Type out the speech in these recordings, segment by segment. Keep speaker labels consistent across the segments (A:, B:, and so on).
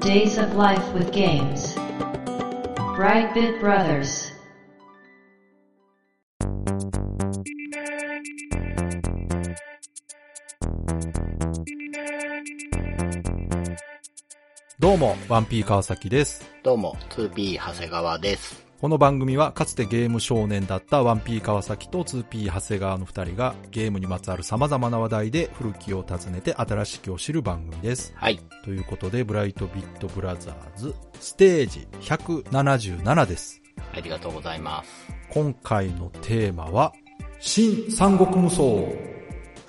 A: Days of Life with Games. Brightbit Brothers.
B: どうも、ワンピー川崎です。
C: どうも、2P 長谷川です。
B: この番組はかつてゲーム少年だったワンピー川崎と 2P 長谷川の二人がゲームにまつわる様々な話題で古きを訪ねて新しきを知る番組です。
C: はい。
B: ということで、ブライトビットブラザーズステージ177です。
C: ありがとうございます。
B: 今回のテーマは、新三国無双。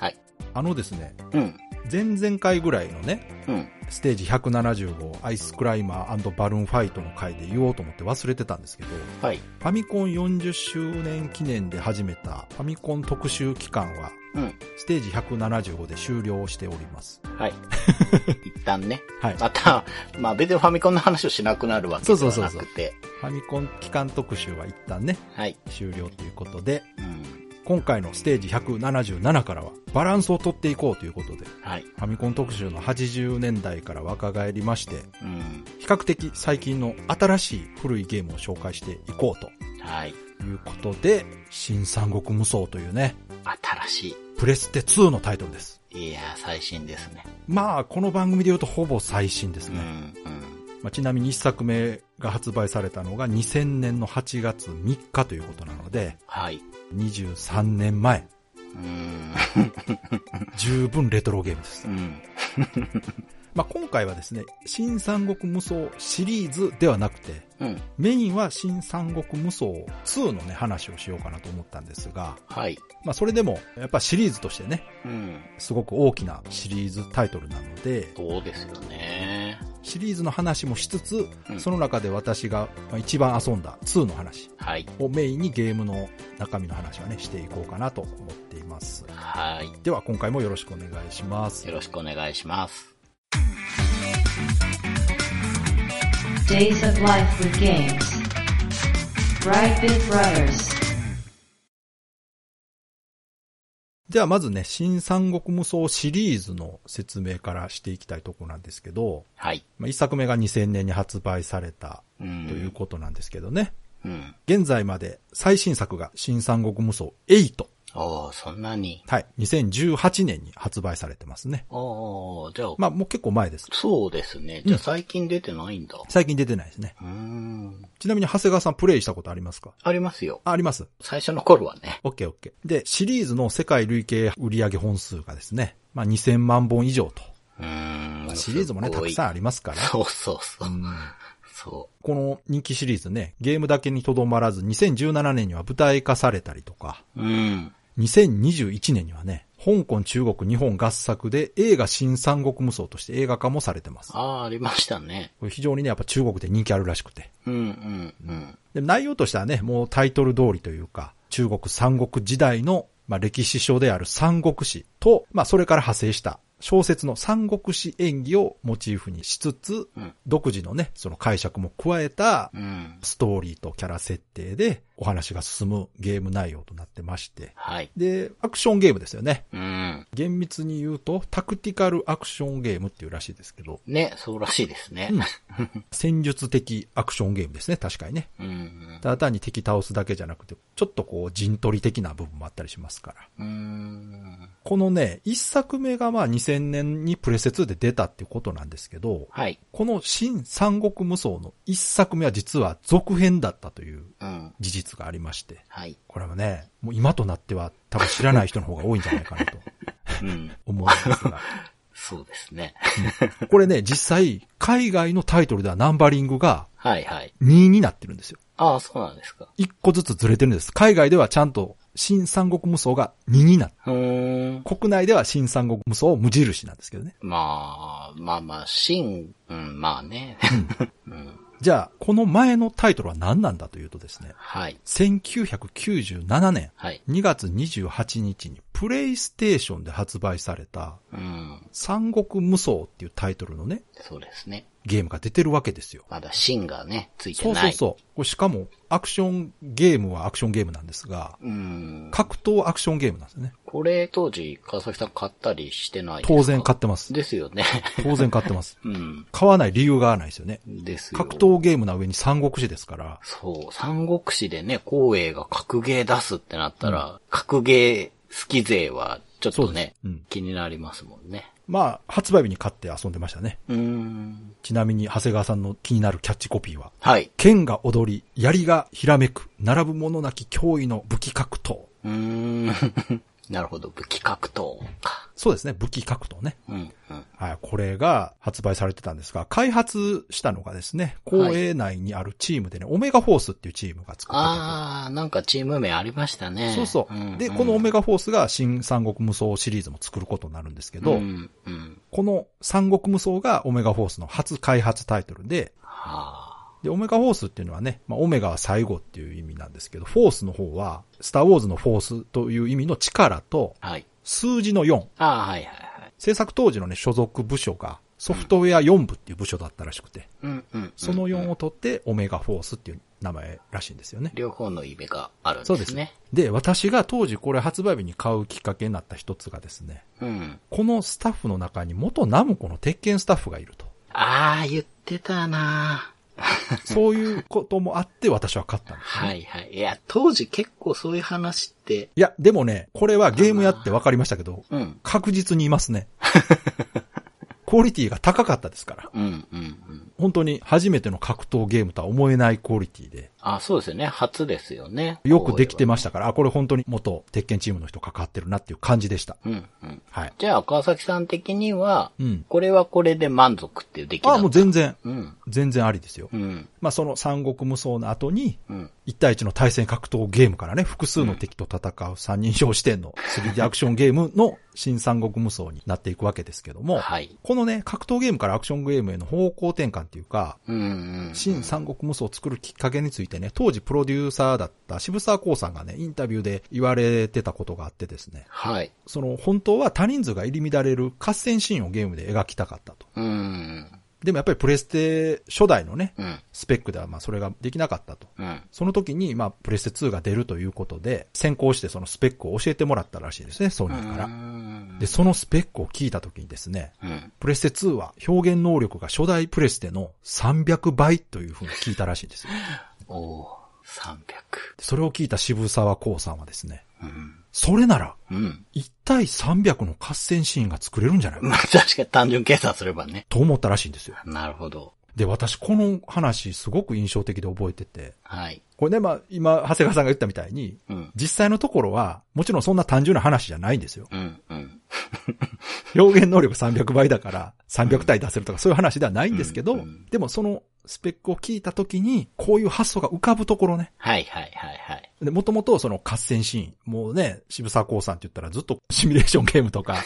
C: はい。
B: あのですね、
C: うん。
B: 前々回ぐらいのね、
C: うん。
B: ステージ175アイスクライマーバルーンファイトの回で言おうと思って忘れてたんですけど、
C: はい。
B: ファミコン40周年記念で始めたファミコン特集期間は
C: うん。
B: ステージ175で終了しております。
C: はい。 一旦ね。
B: はい。
C: また、まあ別にファミコンの話をしなくなるわけではなくて。
B: そうそうそうファミコン期間特集は一旦ね、
C: はい。
B: 終了ということで、
C: うん。
B: 今回のステージ177からはバランスを取っていこうということで、
C: はい。
B: ファミコン特集の80年代から若返りまして、
C: うん。
B: 比較的最近の新しい古いゲームを紹介していこうと
C: はい。
B: いうことで、新三国無双というね、
C: 新し
B: プレステ2のタイトルです。
C: い。いやー、最新ですね。
B: まあ、この番組で言うとほぼ最新です
C: うん。
B: ね。まあ、ちなみに1作目が発売されたのが2000年の8月3日ということなので、
C: はい。
B: 23年前、
C: うん。
B: 十分レトロゲームです
C: う。ん。
B: まあ、今回はですね、新三国無双シリーズではなくて、
C: うん。
B: メインは新三国無双2のね、話をしようかなと思ったんですが、
C: はい。
B: まあ、それでも、やっぱシリーズとしてね、
C: うん。
B: すごく大きなシリーズタイトルなので、
C: そうですよね。
B: シリーズの話もしつつ、
C: うん
B: その中で私がまあ一番遊んだ2の話
C: はい。
B: をメインにゲームの中身の話はね、していこうかなと思っています。
C: はい。
B: では今回もよろしくお願いします
C: よ。ろしくお願いします。
A: Days of Life with Games. Brightbit Brothers.
B: ではまずね、新三国無双シリーズの説明からしていきたいところなんですけど、
C: はい。
B: まあ、一作目が2000年に発売された
C: う。
B: というんことなんですけどね。
C: うん。
B: 現在まで最新作が新三国無双8。
C: おー、そんなに。
B: はい。2018年に発売されてますね。
C: おー、じゃあ、
B: まあもう結構前です。
C: そうですね。じゃあ最近出てないんだ。
B: 最近出てないですね。
C: うーん。
B: ちなみに長谷川さんプレイしたことありますか
C: ありますよ。
B: あ、あります。
C: 最初の頃はね。
B: オッケーオッケー。で、シリーズの世界累計売上本数がですね、まあ2000万本以上と。
C: うーん。
B: シリーズもね、たくさん
C: ん。
B: ありますから。
C: そうそうそう。
B: うん
C: そ
B: この人気シリーズね、ゲームだけにとどまらず、2017年には舞台化されたりとか、
C: う。うん。
B: 2021年にはね、香港、中国、日本合作で映画新三国無双として映画化もされてます。
C: ああ、ありましたね。
B: これ非常にね、やっぱ中国で人気あるらしくて。
C: うんうんうん。
B: で内容としてはね、もうタイトル通りというか、中国三国時代の、まあ、歴史書である三国史と、まあ、それから派生した小説の三国史演義をモチーフにしつつ、
C: うん
B: 独自のね、その解釈も加えた
C: うん。
B: ストーリーとキャラ設定でお話が進むゲーム内容となってまして。
C: はい。
B: で、アクションゲームですよね。
C: うん。
B: 厳密に言うと、タクティカルアクションゲームっていうらしいですけど、
C: ね、そうらしいです ね。
B: 戦術的アクションゲームですね、確かにね。
C: うん。
B: ただ単に敵倒すだけじゃなくて、ちょっとこう陣取り的な部分もあったりしますから。
C: うん。うん
B: このね、一作目がまあ2000年にプレセ2で出たっていうことなんですけど、
C: はい。
B: この新三国無双の一作目は実は続編だったという
C: うん。
B: 事実がありまして、
C: はい。
B: これはね、もう今となっては多分知らない人の方が多いんじゃないかなと
C: うん。
B: 思うんですが、
C: そうですね。
B: これね、実際海外のタイトルではナンバリングが
C: はいはい。
B: 2になってるんですよ。
C: ああ、そうなんですか。
B: 一個ずつずれてるんです。海外ではちゃんと新三国無双が2になって
C: うーん。
B: 国内では新三国無双無印なんですけどね。
C: まあ、まあまあ、真、うん、ま あね。うん。
B: じゃあ、この前のタイトルは何なんだというとですね、
C: はい。
B: 1997年
C: はい。
B: 2月28日にプレイステーションで発売された、
C: うん。
B: 三国無双っていうタイトルのね、
C: そうですね。
B: ゲームが出てるわけですよ。
C: まだ芯がね、ついて
B: そう
C: な
B: そ。
C: いう
B: そう。これしかも、アクションゲームはアクションゲームなんですが、
C: うん。
B: 格闘アクションゲームなんですね。
C: これ当時、川崎さん買ったりしてないですか
B: 当然買ってます。
C: ですよね。
B: 当然買ってます。
C: うん。
B: 買わない理由がないですよね。
C: ですよ。
B: 格闘ゲームな上に三国志ですから、
C: そう、三国志でね、光栄が格ゲー出すってなったら、格ゲー好き勢は、ちょっ
B: そ
C: と
B: うで
C: ね、
B: すうん
C: 気になりますもんね。
B: まあ、発売日に買って遊んでましたね。
C: うーん。
B: ちなみに、長谷川さんの気になるキャッチコピーは、
C: はい。
B: 剣が踊り、槍がひらめく、並ぶものなき脅威の武器格闘。
C: うーん。 なるほど、武器格闘か。
B: そうですね、武器格闘ね。
C: うん、うん。
B: はい、これが発売されてたんですが、開発したのがですね、公営内にあるチームでね、オメガフォースっていうチームが作った
C: あー、なんかチーム名ありましたね。
B: と。そうそう。
C: ん
B: で、このオメ
C: ガ
B: ガフォースが新三国無双シリーズも作ることになるんですけど、
C: うん、うん。
B: この三国無双がオメガフォースの初開発タイトルで、
C: は
B: で、オメガフォースっていうのはね、まあ、オメガは最後っていう意味なんですけど、フォースの方は、スターウォーズのフォースという意味の力と、
C: あ。はい。
B: 数字の4。
C: あー、はいはいはい。
B: 制作当時のね、所属部署が、ソフトウェア4部っていう部署だったらしくて、
C: うん、うん。
B: その
C: うん
B: 4
C: うん
B: を取って、オメガフォースっていう名前らしいんですよね。
C: 両方の意味があるんです
B: そ
C: ね。
B: うですね。。で、私が当時これ発売日に買うきっかけになった一つがですね、
C: うん。
B: このスタッフの中に元ナムコの鉄拳スタッフがいると。
C: あー、言ってたなー。
B: そういうこともあって私は買ったんです。
C: はいはい。いや、当時結構そういう話って、
B: いや、でもね、これはゲームやって分かりましたけど、
C: うん。
B: 確実にいますね。 クオリティが高かったですから。
C: うん、うん、うん。
B: 本当に初めての格闘ゲームとは思えないクオリティで、
C: あ、そうですよね。初ですよね。
B: よくできて
C: ま
B: ましたから、あ、これ本当に元鉄拳チームの人関わってるなっていう感じでした。
C: す。うん、うん。
B: はい。
C: じゃあ、川崎さん的には、
B: うん
C: これはこれで満足っていう出来だ
B: あ、もう全然、
C: うん、
B: 全然ありですよ。
C: うん、
B: まあその三国無双の後に、
C: うん。
B: 1対1の対戦格闘ゲームからね、複数の敵と戦う三人称視点の 3D アクションゲームの新三国無双になっていくわけですけども、
C: はい。
B: このね、格闘ゲームからアクションゲームへの方向転換っていうか、
C: うん、うん。
B: 新三国無双を作るきっかけについてね、当時プロデューサーだった渋沢光さんがね、インタビューで言われてたことがあってですね、
C: はい。
B: その本当は多人数が入り乱れる合戦シーンをゲームで描きたかったと。
C: うん、
B: でもやっぱりプレステ初代のね、
C: うん、
B: スペックではまあそれができなかったと。
C: うん。
B: その時にまあプレステ2が出るということで、先行してそのスペックを教えてもらったらしいですね、ソニーか
C: う
B: ら。
C: ん
B: で、そのスペックを聞いた時にですね、
C: うん。
B: プレステ2は表現能力が初代プレステの300倍というふうに聞いたらしいんですよ。
C: おー、300。
B: それを聞いた渋沢光さんはですね、
C: うん、
B: それなら
C: うん。
B: 1対300の合戦シーンが作れるんじゃないか
C: まあ、確かに単純計算すればね。
B: と思ったらしいんですよ。
C: なるほど。
B: で、私この話すごく印象的で覚えてて、
C: はい。
B: これね、まあ今、長谷川さんが言ったみたいに、
C: うん、
B: 実際のところは、もちろんそんな単純な話じゃないんですよ。
C: うん、うん。
B: 表現能力300倍だから、300体出せるとかそういう話ではないんですけど、
C: うんうん
B: でもそのスペックを聞いた時に、こういう発想が浮かぶところね。
C: はい、はい、はい、はい。
B: で、もともとその合戦シーン、もうね、渋沢光さんって言ったらずっとシミュレーションゲームと か、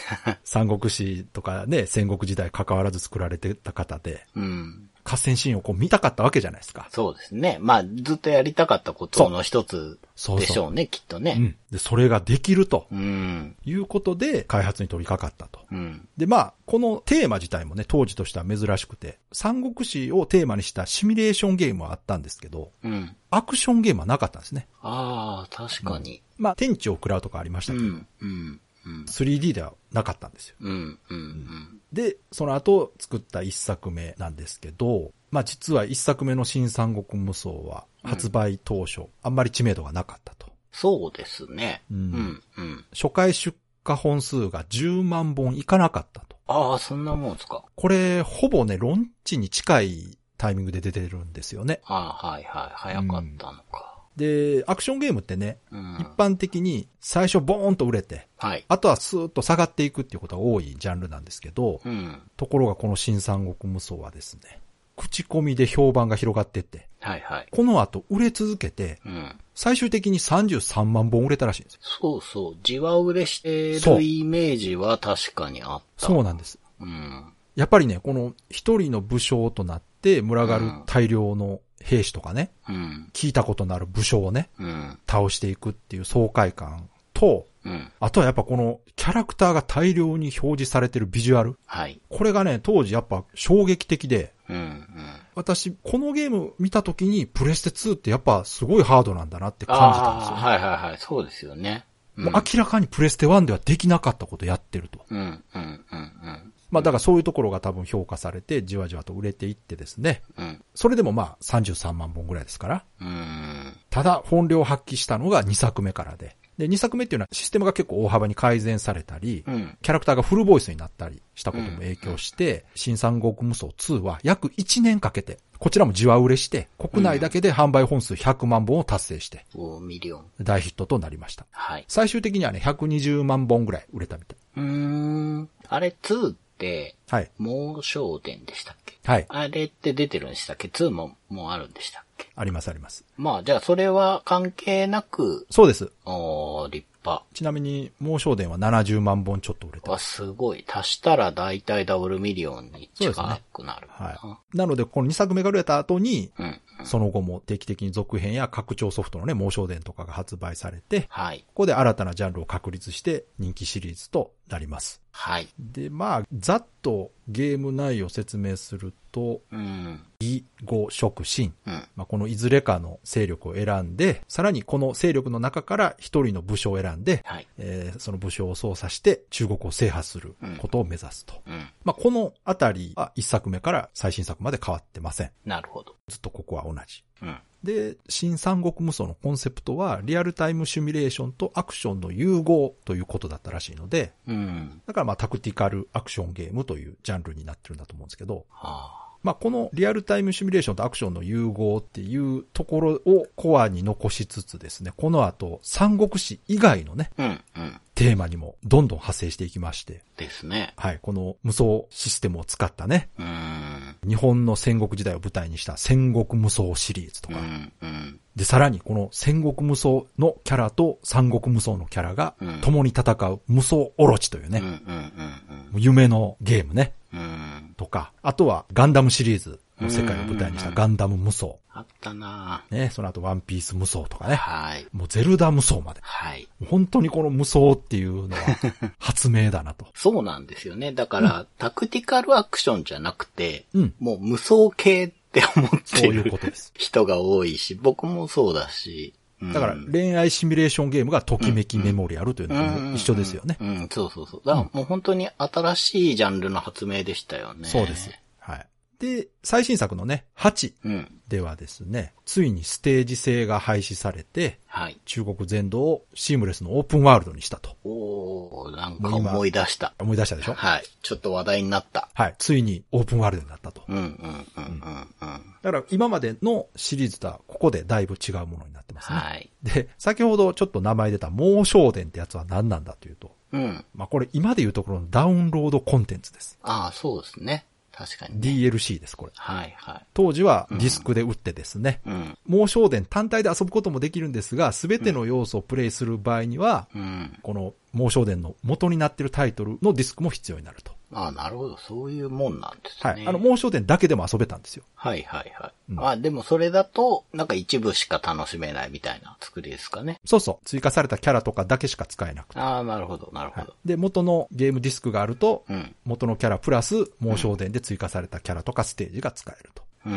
B: 三国志とかね、戦国時代関わらず作られてた方で、
C: うん。
B: 合戦シーンをこう見たかったわけじゃないですか。
C: そうですね。まあ、ずっとやりたかったことの一つ
B: そう
C: でし
B: そう。
C: ょうね、きっと
B: う
C: ね。
B: ん。で、それができると
C: うん。
B: いうことで、開発に取り掛かったと。
C: うん。
B: で、まあ、このテーマ自体もね、当時としては珍しくて、三国志をテーマにしたシミュレーションゲームはあったんですけど、
C: うん。
B: アクションゲームはなかったんですね。
C: ああ、確かに。
B: まあ、天地を食らうとかありました
C: う
B: けど、
C: ん。うん。うん。
B: 3D ではなかったんですよ。
C: うん。うん。
B: で、その後作った一作目なんですけど、まあ実は一作目の新三国無双は発売当初、あんまり知名度がなかったと。
C: そうですね。
B: う
C: うんん。うん。
B: 初回出荷本数が10万本いかなかったと。
C: ああ、そんなもんですか。
B: これ、ほぼね、ロンチに近いタイミングで出てるんですよね。
C: ああ、はいはい。早かったのか。
B: で、アクションゲームってね、
C: うん。
B: 一般的に最初ボーンと売れて、
C: はい。
B: あとはスーッと下がっていくっていうことが多いジャンルなんですけど、
C: うん。
B: ところがこの新三国無双はですね、口コミで評判が広がってって、
C: はいはい。
B: この後売れ続けて、
C: うん。
B: 最終的に33万本売れたらしいんですよ。
C: そうそう。じわ売れして
B: そう
C: るイメージは確かにあった。
B: そうなんです。
C: うん。
B: やっぱりね、この一人の武将となって群がる大量の兵士とかね、
C: うん。
B: 聞いたことのある武将をね、
C: うん。
B: 倒していくっていう爽快感と、と、
C: うん。
B: あとはやっぱこのキャラクターが大量に表示されてるビジュアル。
C: はい。
B: これがね、当時やっぱ衝撃的で、
C: うん、うん。
B: 私、このゲーム見た時にプレステ2ってやっぱすごいハードなんだなって感じたんです
C: あ
B: よ。
C: あ、はいはいはい。そうですよね。うん。
B: もう明らかにプレステ1ではできなかったことやってると。
C: うん、うん、うん、うん。
B: まあだからそういうところが多分評価されて、じわじわと売れていってですね。
C: うん。
B: それでもまあ33万本ぐらいですから。
C: うん。
B: ただ本領発揮したのが2作目からで。で、2作目っていうのはシステムが結構大幅に改善されたり、
C: うん。
B: キャラクターがフルボイスになったりしたことも影響して、新三国無双2は約1年かけて、こちらもじわ売れして、国内だけで販売本数100万本を達成して、
C: 5ミリオン。
B: 大ヒットとなりました。
C: はい。
B: 最終的にはね、120万本ぐらい売れたみたい。
C: うーん。あれ、2って、
B: はい。
C: 猛商店でしたっけ
B: はい。
C: あれって出てるんでしたっけ ?2 も、もうあるんでしたっけ
B: ありますあります。
C: まあ、じゃあ、それは関係なく、
B: そうです。
C: おー、立派。
B: ちなみに、猛商伝は70万本ちょっと売れてま
C: わ、
B: す。
C: すごい。足したら大体ダブルミリオンに近くなるな。
B: はい。なので、この2作目が売れた後に、
C: うん。
B: その後も定期的に続編や拡張ソフトのね、猛商伝とかが発売されて、
C: はい。
B: ここで新たなジャンルを確立して人気シリーズとなります。
C: はい。
B: で、まあ、ざっとゲーム内容を説明すると、
C: うん。
B: 義、語、職、信。
C: うん。
B: まあ、このいずれかの勢力を選んで、さらにこの勢力の中から一人の武将を選んで、
C: はい。
B: えーその武将を操作して中国を制覇することを目指すと。
C: うん。
B: まあ、このあたりは一作目から最新作まで変わってません。
C: なるほど。
B: ずっとここは同じ。
C: うん。
B: で、新三国無双のコンセプトはリアルタイムシミュレーションとアクションの融合ということだったらしいので、
C: うん。
B: だからまあタクティカルアクションゲームというジャンルになってるんだと思うんですけど、
C: はあ。
B: まあこのリアルタイムシミュレーションとアクションの融合っていうところをコアに残しつつですね、この後三国志以外のね、
C: うん。うん。
B: テーマにもどんどん派生していきまして、
C: ですね。
B: はい、この無双システムを使ったね、
C: うん。
B: 日本の戦国時代を舞台にした戦国無双シリーズと
C: う
B: か、
C: ん。うん。
B: で、さらにこの戦国無双のキャラと三国無双のキャラが
C: うん
B: 共に戦う無双オロチという
C: うん。うん。う
B: ね、
C: ん。
B: 夢のゲームね、
C: うん。
B: とか、あとはガンダムシリーズの世界を舞台にしたガンダム無双。
C: あったな
B: ね、その後ワンピース無双とかね。
C: はい。
B: もうゼルダ無双まで。
C: はい。
B: 本当にこの無双っていうの は発明だなと。
C: そうなんですよね。だから、タクティカルアクションじゃなくて、
B: うん。
C: もう無双系って思って
B: そういう
C: る
B: ことです。
C: 人が多いし、僕もそうだし。うん
B: だから恋愛シミュレーションゲームがときめきメモリアルというのと一緒ですよね。
C: うん、うんそうそうそう。だからもう本当に新しいジャンルの発明でしたよね。
B: そうです。。はい。で、最新作のね、8
C: うん。
B: ではですね、ついにステージ制が廃止されて、
C: はい。
B: 中国全土をシームレスのオープンワールドにしたと。
C: おー、なんか思い出した。
B: 思い出したでしょ
C: はい。ちょっと話題になった。
B: はい。ついにオープンワールドになったと。
C: うん、うん、うん、うん、うん。
B: だから今までのシリーズとはここでだいぶ違うものになってますね。
C: はい。
B: で、先ほどちょっと名前出た猛商伝ってやつは何なんだというと、
C: うん。
B: まあこれ今でいうところのダウンロードコンテンツです。
C: ああ、そうですね。確かに、ね。
B: DLC です、これ。
C: はい、は
B: 当時はディスクで売ってですね、
C: い。うん。
B: 猛商伝単体で遊ぶこともできるんですが、すべての要素をプレイする場合には、
C: うん。
B: この猛商伝の元になっているタイトルのディスクも必要になると。
C: ああ、なるほど。そういうもんなんですね。
B: はい。あの、猛商伝だけでも遊べたんですよ。
C: はいはいはい。
B: うん
C: まあでもそれだと、なんか一部しか楽しめないみたいな作りですかね。
B: そうそう。追加されたキャラとかだけしか使えなくて。
C: ああ、なるほど、なるほ
B: はい
C: ど。、
B: で、元のゲームディスクがあると、
C: うん。
B: 元のキャラプラス、猛将伝で追加されたキャラとかステージが使えると。
C: うー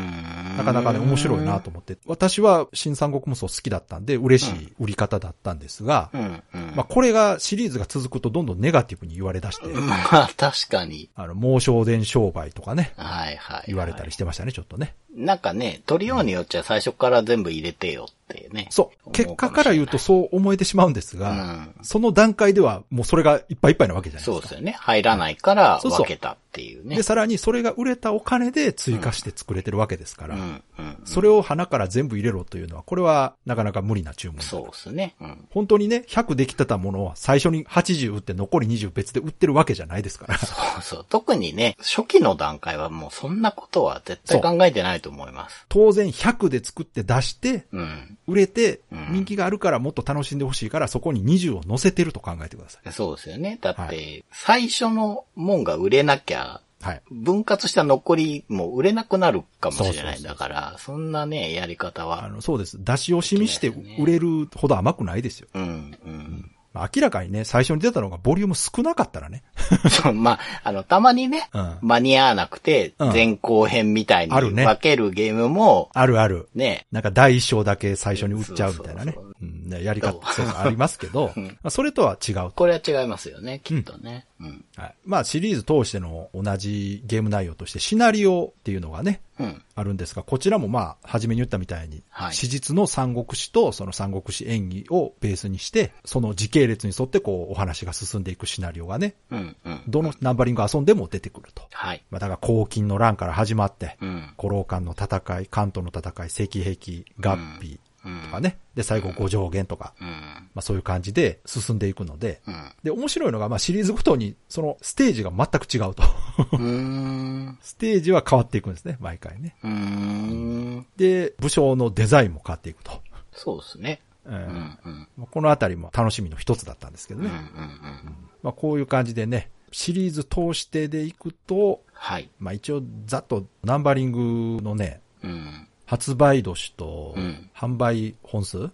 C: ん。
B: なかなかね、面白いなと思って。私は新三国無双好きだったんで、嬉しい売り方だったんですが
C: う、ん、うん。
B: まあ
C: ま
B: これがシリーズが続くとどんどんネガティブに言われ出 して、
C: あ、確かに。
B: あの、猛将伝商売とかね、
C: はいはい、はい。
B: 言われたりしてましたね、ちょっとね。
C: なんかね、取りようによっちゃ最初から全部入れてよってね。
B: そう。結果から言うとそう思えてしまうんです
C: う
B: が、
C: ん。
B: その段階ではもうそれがいっぱいいっぱいなわけじゃないで
C: そ
B: すか
C: うです。よね。入らないから
B: そうそう
C: 分けたっていうね。
B: で、さらにそれが売れたお金で追加して作れてるわけですから、
C: うん、うん。
B: それを花から全部入れろというのは、これはなかなか無理な注文だ
C: そうですね。うん。
B: 本当にね、100できてたものは最初に80売って残り20別で売ってるわけじゃないですから。
C: そうそう。特にね、初期の段階はもうそんなことは絶対考えてないと思います。
B: 当然100で作って出して、
C: うん。
B: 売れて
C: うん、
B: 人気があるからもっと楽しんでほしいから、そこに20を乗せてると考えてください。
C: そうですよね。だって、
B: は
C: 最初のもんが売れなきゃ、
B: はい。
C: 分割した残りも売れなくなるかもしれない。
B: そうそうそうそう
C: だから、そんなね、やり方
B: あ
C: は。
B: の、そうです。出し惜しみして売れるほど甘くないですよ。
C: うん、うん。
B: まあ明らかにね、最初に出たのがボリューム少なかったらね。
C: そう、まあ、あの、たまにね、
B: うん
C: 間に合わなくて、
B: うん
C: 前後編みたいに
B: あるね
C: 分けるゲームも、
B: あるある。
C: ね、
B: なんか第一章だけ最初に売っちゃうみたいなね
C: そうそう。
B: うんねやり方、そうありますけど、
C: うん
B: まあそれとは違う。
C: これは違いますよね、きっとね。うん。
B: はい、まあシリーズ通しての同じゲーム内容としてシナリオっていうのがね、
C: うん。
B: あるんですが、こちらもまあ、初めに言ったみたいに、
C: はい
B: 史実の三国志とその三国志演技をベースにして、その時系列に沿ってこう、お話が進んでいくシナリオがね、
C: うん。うん。
B: どのナンバリング遊んでも出てくると。
C: はい。
B: まあ、だから、黄金の乱から始まって、
C: うん。
B: 古老間の戦い、関東の戦い、石壁、合皮
C: うん。
B: とか。ね、で、最後五条元とか、
C: うん。
B: まあそういう感じで進んでいくので、
C: うん。
B: で、面白いのが、まあシリーズごとに、そのステージが全く違う と。
C: うーん。
B: ステージは変わっていくんですね、毎回ね。
C: うーん。
B: で、武将のデザインも変わっていくと。
C: そうですね。
B: うん
C: うん。うん。
B: まあこのあたりも楽しみの一つだったんですけど
C: うん。う
B: ね。
C: ん。
B: まあ、こういう感じでね、シリーズ通してでいくと、
C: はい。
B: まあ、一応ざっとナンバリングのね、
C: うん。
B: 発売年と
C: うん
B: 販売本数、
C: うん。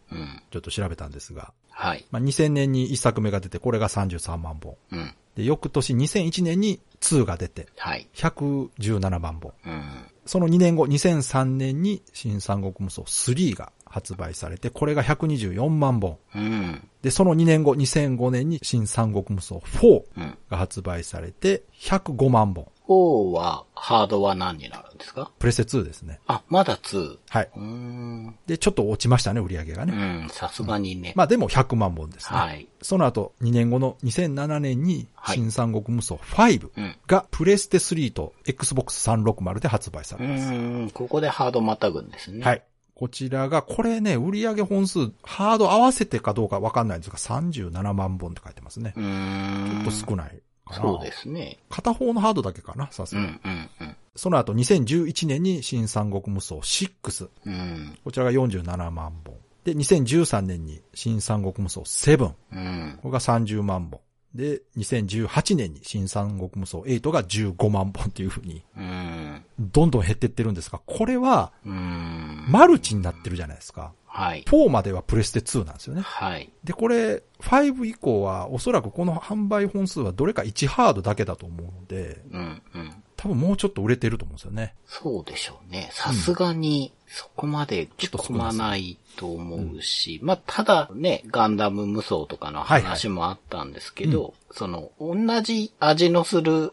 B: ちょっと調べたんですが、
C: はい。
B: まあ、2000年に1作目が出て、これが33万本。
C: うん。
B: で、翌年2001年に2が出て、
C: はい。
B: 117万本。
C: うん。
B: その2年後、2003年に新三国無双3が発売されて、これが124万本。
C: うん。
B: で、その2年後、2005年に新三国無双4
C: うん。
B: が発売されて、105万本。
C: 4は、ハードは何になるんですか
B: プレセ2ですね。
C: あ、まだ2。
B: はい。
C: うーん。
B: で、ちょっと落ちましたね、売り上げが
C: う
B: ね。
C: ん、さすがにね。
B: まあでも100万本ですね。
C: はい。
B: その後、2年後の2007年に、
C: はい
B: 新三国無双5
C: うん。
B: がプレステ3と Xbox 360で発売さ
C: う
B: れます。
C: ーん、ここでハードまたぐんですね。。
B: はいい。こちらが、これね、売り上げ本数、ハード合わせてかどうかわかんないんですが、37万本って書いてますね
C: う。ー
B: ちょ
C: ん。
B: っと少ないかな。
C: そうで。すね。
B: 片方のハードだけかな、さす
C: う
B: がに。
C: ん、うん、うん。
B: その後、2011年に新三国無双6。
C: うん、
B: こちらが47万本。で、2013年に新三国無双7。こ
C: うん。
B: れが30万本。で、2018年に新三国無双8が15万本っていう風に、
C: うん。
B: どんどん減ってってるんですが、これは、
C: うん。
B: マルチになってるじゃないですか。
C: はい。
B: 4まではプレステ2なんですよね。
C: はい。
B: で、これ、5以降は、おそらくこの販売本数はどれか1ハードだけだと思うので、
C: うん、うん。
B: 多分もうちょっと売れてると思うんですよね。
C: そうでしょうね。さすがに、そこまで
B: ちょっと少ない
C: 込
B: で
C: ます
B: ね
C: ないと思うし、まあ、ただね、ガンダム無双とかの
B: はいはい
C: 話もあったんですけど、その、同じ味のする違う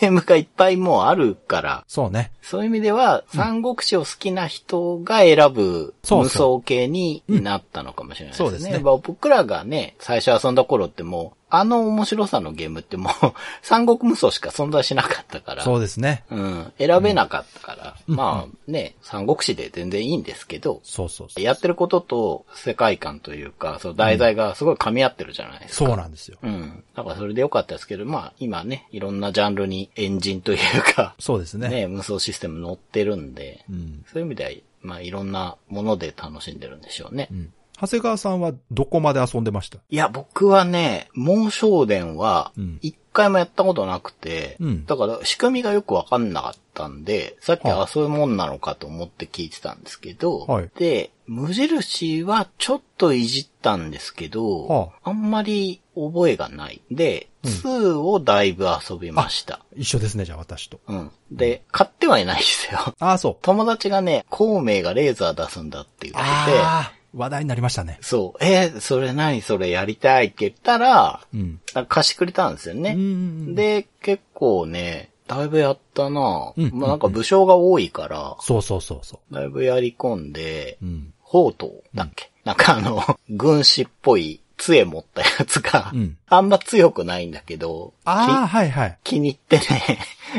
C: ゲームがいっぱいもうあるから、
B: そうね。
C: そういう意味では、三国志を好きな人が選ぶ
B: そう
C: 無
B: そう
C: 双系になったのかもしれないですね。
B: そうですね
C: やっぱ僕らがね、最初遊んだ頃ってもう、あの面白さのゲームってもう、 三国無双しか存在しなかったから、
B: そうですね。
C: うん、選べなかったから、まあね、三国志で全然いいんですけど、
B: そうそうそう。
C: やってることと世界観というか、その題材がすごい噛み合ってるじゃないですか。
B: そうなんですよ。
C: うん。だからそれでよかったですけど、まあ今ね、いろんなジャンルにエンジンというか、
B: そうですね。
C: ね、無双システム乗ってるんで、
B: うん。
C: そういう意味では、まあいろんなもので楽しんでるんでしょうね。
B: うん。長谷川さんはどこまで遊んでました
C: いや、僕はね、猛将伝は
B: うん、
C: 一回もやったことなくて、
B: うん
C: だから仕組みがよくわかんなかったんで、さっき
B: は
C: は
B: あ
C: そういうもんなのかと思って聞いてたんですけど、
B: はい
C: で、無印はちょっといじったんですけど、
B: は
C: あんまり覚えがない。で、2をだいぶ遊びました。
B: 一緒ですね、じゃあ私と。
C: うん。で、買ってはいないですよ。
B: ああ、そう。
C: 友達がね、孔明がレーザー出すんだって言ってて、
B: ああ、話題になりましたね。
C: そう、えーそれ何それやりたいって言ったら、
B: うん。
C: あ貸してくれたんですよ
B: う
C: ね。
B: ん。、
C: で、結構ね、だいぶやったな
B: うん
C: まあなんか武将が多いから、
B: そうそうそうそ
C: だいぶやり込んで
B: う。う、ん。
C: 宝刀だっけ、なんかあの、 軍師っぽい杖持ったやつが、
B: うん
C: あんま強くないんだけど、
B: ああ、はいはい。
C: 気に入ってね、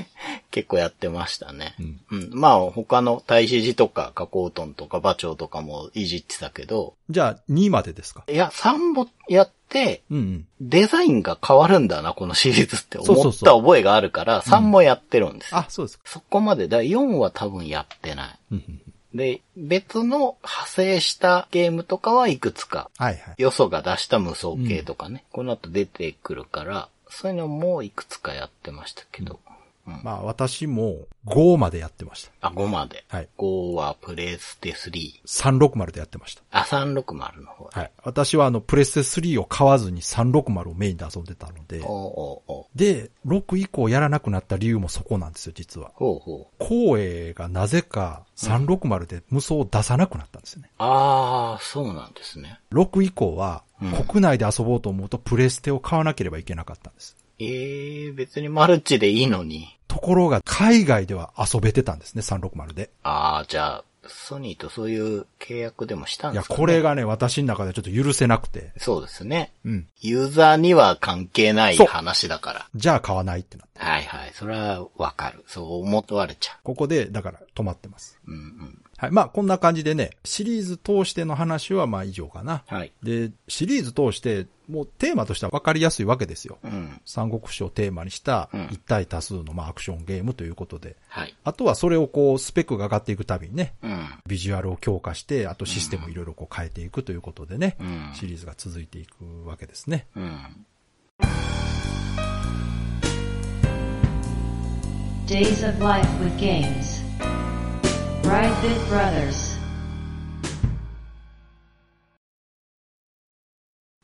C: 結構やってましたね。
B: うん
C: うん。まあ他の大使寺とか、加工トンとか、馬長とかもいじってたけど、
B: じゃあ、2までですか。
C: いや、3本やって、
B: うんうん。
C: デザインが変わるんだな、このシリーズって
B: そうそ
C: 思
B: う
C: っ
B: そう
C: た覚えがあるから、3もやってるんですよ。
B: あ、そうですか。
C: そこまで、だ4は多分やってな
B: うんうん。
C: い。で、別の派生したゲームとかはいくつか、
B: はいはい。
C: よそが出した無双系とかね、この後出てくるから、そういうのもいくつかやってましたけど。うん
B: まあ私も5までやってました。
C: あ、5まで。
B: はい。
C: 5はプレステ3。
B: 360でやってました。
C: あ、360の方。
B: はい。私はあの、プレステ3を買わずに360をメインで遊んでたので、
C: おうおうおう
B: で、6以降やらなくなった理由もそこなんですよ、実は。
C: ほうほう。
B: 光栄がなぜか360で無双を出さなくなったんですよね。
C: あー、そうなんですね。
B: 6以降は
C: うん、
B: 国内で遊ぼうと思うとプレステを買わなければいけなかったんです。
C: えー、別にマルチでいいのに。
B: ところが、海外では遊べてたんですね、360で。
C: あー、じゃあ、ソニーとそういう契約でもしたん
B: い
C: で
B: や、
C: すか、ね、
B: これ。がね、私の中ではちょっと許せなくて。
C: そうですね。
B: うん。
C: ユーザーには関係ない
B: そう
C: 話だから。
B: じゃあ買わないってなって。
C: はいはい。それはわかる。そう思われちゃ
B: ここで、だから止まってます。
C: う。うんうん。
B: はい。まあ、こんな感じでね、シリーズ通しての話はまあ以上かな。
C: はい。
B: で、シリーズ通して、もうテーマとしては分かりやすいわけですよ。
C: うん。
B: 三国志をテーマにした
C: うん
B: 一体多数のまあアクションゲームということで。
C: はい。
B: あとはそれをこうスペックが上がっていくたびにね、
C: うん。
B: ビジュアルを強化して、あとシステムをいろいろこう変えていくということでね
C: う、ん。
B: シリーズが続いていくわけですね。
C: うん。
A: Days of Life with Games. Brightbit Brothers.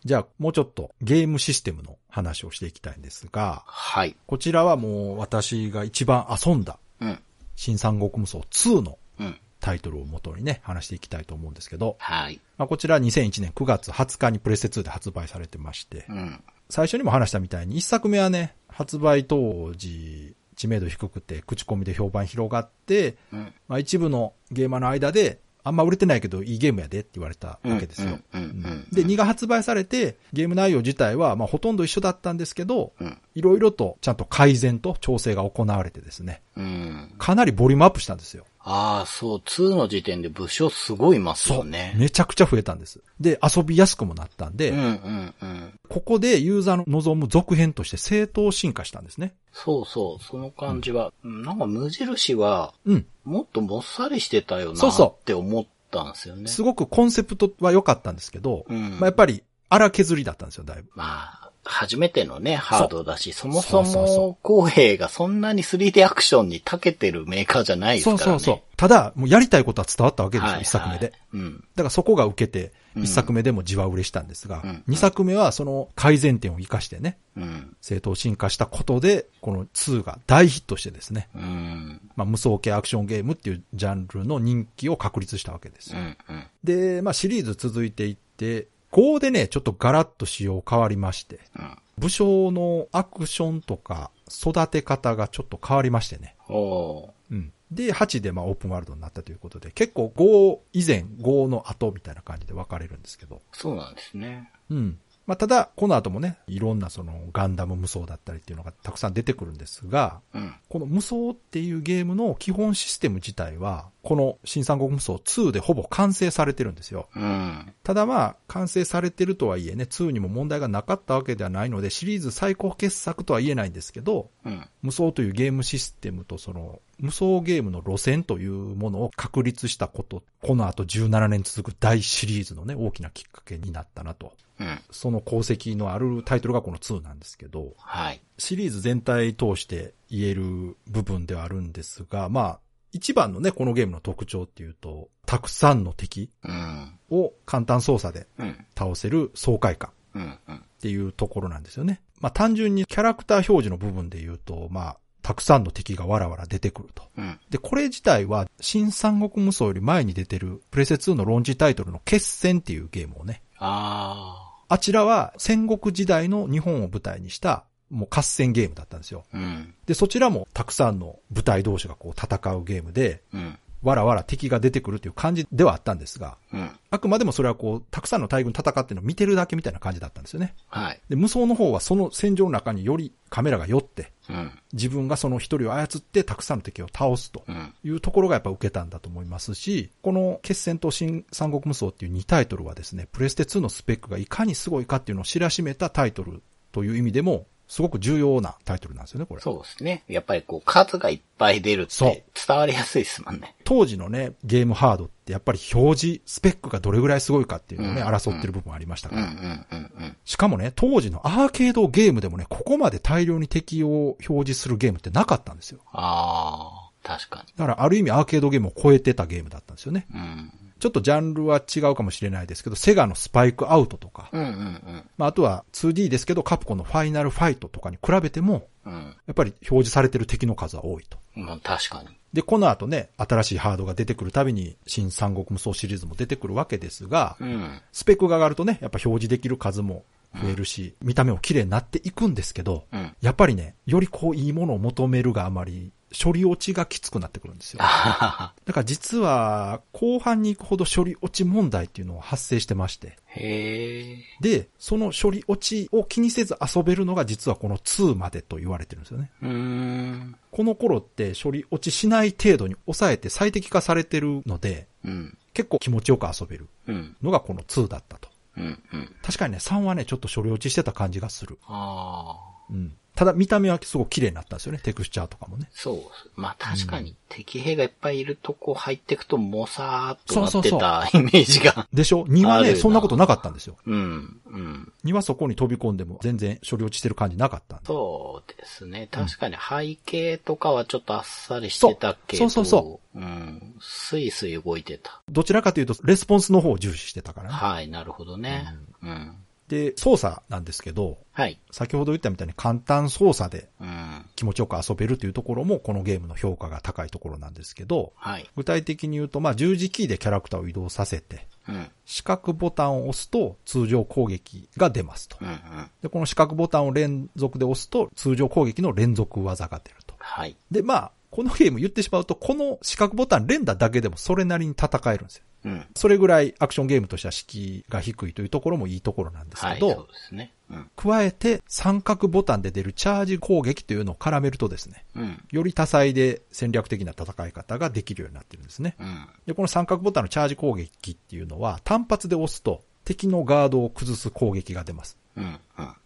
B: じゃあもうちょっとゲームシステムの話をしていきたいんですが、
C: はい。
B: こちらはもう私が一番遊んだ
C: うん。
B: 新三国無双2の
C: うん。
B: タイトルを元にね、話していきたいと思うんですけど、
C: はい。
B: まあ、こちら2001年9月20日にプレステ2で発売されてまして
C: う、ん。
B: 最初にも話したみたいに、一作目はね、発売当時、知名度低くて、口コミで評判広がって、
C: うん。
B: まあ一部のゲーマーの間で、あんま売れてないけど、いいゲームやでって言われたわけですよ。
C: うんうんうんうん
B: で、2が発売されて、ゲーム内容自体は、まあほとんど一緒だったんですけど、
C: うん。
B: いろいろとちゃんと改善と調整が行われてですね、
C: うん。
B: かなりボリュームアップしたんですよ。
C: ああ、そう、2の時点で部署すごいいますよね。
B: めちゃくちゃ増えたんです。で、遊びやすくもなったんで、
C: うんうんうん。
B: ここでユーザーの望む続編として正当進化したんですね。
C: そうそう、その感じは。うんなんか無印は、
B: うん。
C: もっともっさりしてたよな
B: そうそう
C: って思ったんですよね。
B: すごくコンセプトは良かったんですけど、
C: うん
B: まあやっぱり荒削りだったんですよ、だいぶ。
C: まあ、初めてのね、ハードだし、そもそ
B: そうそうそ
C: も、公平がそんなに 3D アクションに長けてるメーカーじゃないですか
B: そ
C: ら
B: う
C: ね。
B: そうそう。ただ、もうやりたいことは伝わったわけですよ、
C: はい
B: 1作目で。。
C: うん。
B: だからそこが受けて、
C: うん
B: 1作目でもじわ売れしたんですが、
C: うん
B: 2作目はその改善点を活かしてね、
C: うん。
B: 正当進化したことで、この2が大ヒットしてですね、
C: うん。うん。
B: まあ、無双系アクションゲームっていうジャンルの人気を確立したわけですよ。
C: うん。
B: で、まあシリーズ続いていって、5でね、ちょっとガラッと仕様変わりまして、
C: うん。
B: 武将のアクションとか育て方がちょっと変わりましてね。
C: おー
B: うん。で、8でまあオープンワールドになったということで、結構5以前、5の後みたいな感じで分かれるんですけど。
C: そうなんですね。
B: うん。まあただ、この後もね、いろんなそのガンダム無双だったりっていうのがたくさん出てくるんですが、
C: うん。
B: この無双っていうゲームの基本システム自体は、この新三国無双2でほぼ完成されてるんですよ。
C: うん。
B: ただまあ、完成されてるとはいえね、2にも問題がなかったわけではないので、シリーズ最高傑作とは言えないんですけど、
C: うん。
B: 無双というゲームシステムとその、無双ゲームの路線というものを確立したこと、この後17年続く大シリーズのね、大きなきっかけになったなと。
C: うん。
B: その功績のあるタイトルがこの2なんですけど、
C: はい。
B: シリーズ全体通して言える部分ではあるんですが、まあ、一番のね、このゲームの特徴っていうと、たくさんの敵
C: うん。
B: を簡単操作で
C: うん。
B: 倒せる爽快感
C: うん。うん。
B: っていうところなんですよね。まあ単純にキャラクター表示の部分で言うと、まあ、たくさんの敵がわらわら出てくると。
C: うん。
B: で、これ自体は、新三国無双より前に出てる、プレセ2のロンジタイトルの決戦っていうゲームをね、
C: あ
B: あちらは戦国時代の日本を舞台にした、もう合戦ゲームだったんですよ。
C: ー。うん。
B: で、そちらもたくさんの部隊同士がこう戦うゲームで、
C: うん。
B: わらわら敵が出てくるっていう感じではあったんですが、
C: うん。
B: あくまでもそれはこう、たくさんの大軍戦ってるのを見てるだけみたいな感じだったんですよね。
C: はい。
B: で、無双の方はその戦場の中によりカメラが寄って、
C: うん。
B: 自分がその一人を操ってたくさんの敵を倒すと
C: うん。
B: いうところがやっぱ受けたんだと思いますし、この決戦と新三国無双っていう2タイトルはですね、プレステ2のスペックがいかにすごいかっていうのを知らしめたタイトルという意味でも、すごく重要なタイトルなんですよね、これ。
C: そうですね。やっぱりこう、数がいっぱい出るっ
B: そう
C: て伝わりやすいですもんね。
B: 当時のね、ゲームハードってやっぱり表示、スペックがどれぐらいすごいかっていうのをね、
C: うん
B: 争ってる部分ありました
C: う
B: か
C: んう
B: ら。
C: んうんうん。
B: しかもね、当時のアーケードゲームでもね、ここまで大量に敵を表示するゲームってなかったんですよ。
C: あー、確か
B: だからある意味アーケードゲームを超えてたゲームだったんですよね。
C: に。うん。
B: ちょっとジャンルは違うかもしれないですけど、セガのスパイクアウトとか、
C: うんうん
B: まあ、あとは 2D ですけど、カプコンのファイナルファイトとかに比べても、
C: うん。うん。
B: やっぱり表示されてる敵の数は多いと。
C: まあ確かに。
B: で、この後ね、新しいハードが出てくるたびに、新三国無双シリーズも出てくるわけですが、
C: うん。
B: スペックが上がるとね、やっぱ表示できる数も増えるし、見た目も綺麗になっていくんですけど、
C: うん。
B: やっぱりね、よりこういいものを求めるがあまり、処理落ちがきつくなってくるんですよ
C: あ。ははは。
B: だから実は、後半に行くほど処理落ち問題っていうのを発生してまして、
C: へえ。
B: で、その処理落ちを気にせず遊べるのが実はこの2までと言われてるんですよね。
C: うーん。
B: この頃って処理落ちしない程度に抑えて最適化されてるので、
C: うん。
B: 結構気持ちよく遊べる
C: うん。
B: のがこの2だったと。
C: うん。うん。
B: 確かにね、3はね、ちょっと処理落ちしてた感じがする。
C: あ
B: う
C: あ。
B: ん。ただ見た目はすごく綺麗になったんですよね、テクスチャーとかもね。
C: そうっす。まあ確かに、敵兵がいっぱいいるとこ入ってくと、もさーっとな
B: そうそう
C: って
B: そう
C: たイメージが。
B: でしょ ?2 は
C: ある
B: ね、
C: な
B: そんなことなかったんですよ。
C: うん。うん。
B: 2はそこに飛び込んでも全然処理落ちしてる感じなかったんで。
C: そうですね。確かに背景とかはちょっとあっさりしてたけど。。
B: そうそうそう
C: うん。スイスイ動いてた。
B: どちらかというと、レスポンスの方を重視してたからね。
C: はい、なるほどね。うん。
B: で、操作なんですけど、
C: はい。
B: 先ほど言ったみたいに簡単操作で
C: うん。
B: 気持ちよく遊べるというところも、このゲームの評価が高いところなんですけど、
C: はい。
B: 具体的に言うと、まあ、十字キーでキャラクターを移動させて、
C: うん。うん。
B: 四角ボタンを押すと通常攻撃が出ますと
C: う。ん。
B: で、この四角ボタンを連続で押すと通常攻撃の連続技が出ると。
C: はい。
B: で、まあ、このゲーム言ってしまうと、この四角ボタン連打だけでもそれなりに戦えるんですよ。
C: うん。
B: それぐらいアクションゲームとしては敷居が低いというところもいいところなんです
C: は
B: け
C: い、
B: ど、
C: そうですね。うん。
B: 加えて三角ボタンで出るチャージ攻撃というのを絡めるとですね、
C: うん。
B: より多彩で戦略的な戦い方ができるようになってるんですね。
C: うん。
B: で、この三角ボタンのチャージ攻撃っていうのは単発で押すと敵のガードを崩す攻撃が出ます。
C: うん。うん。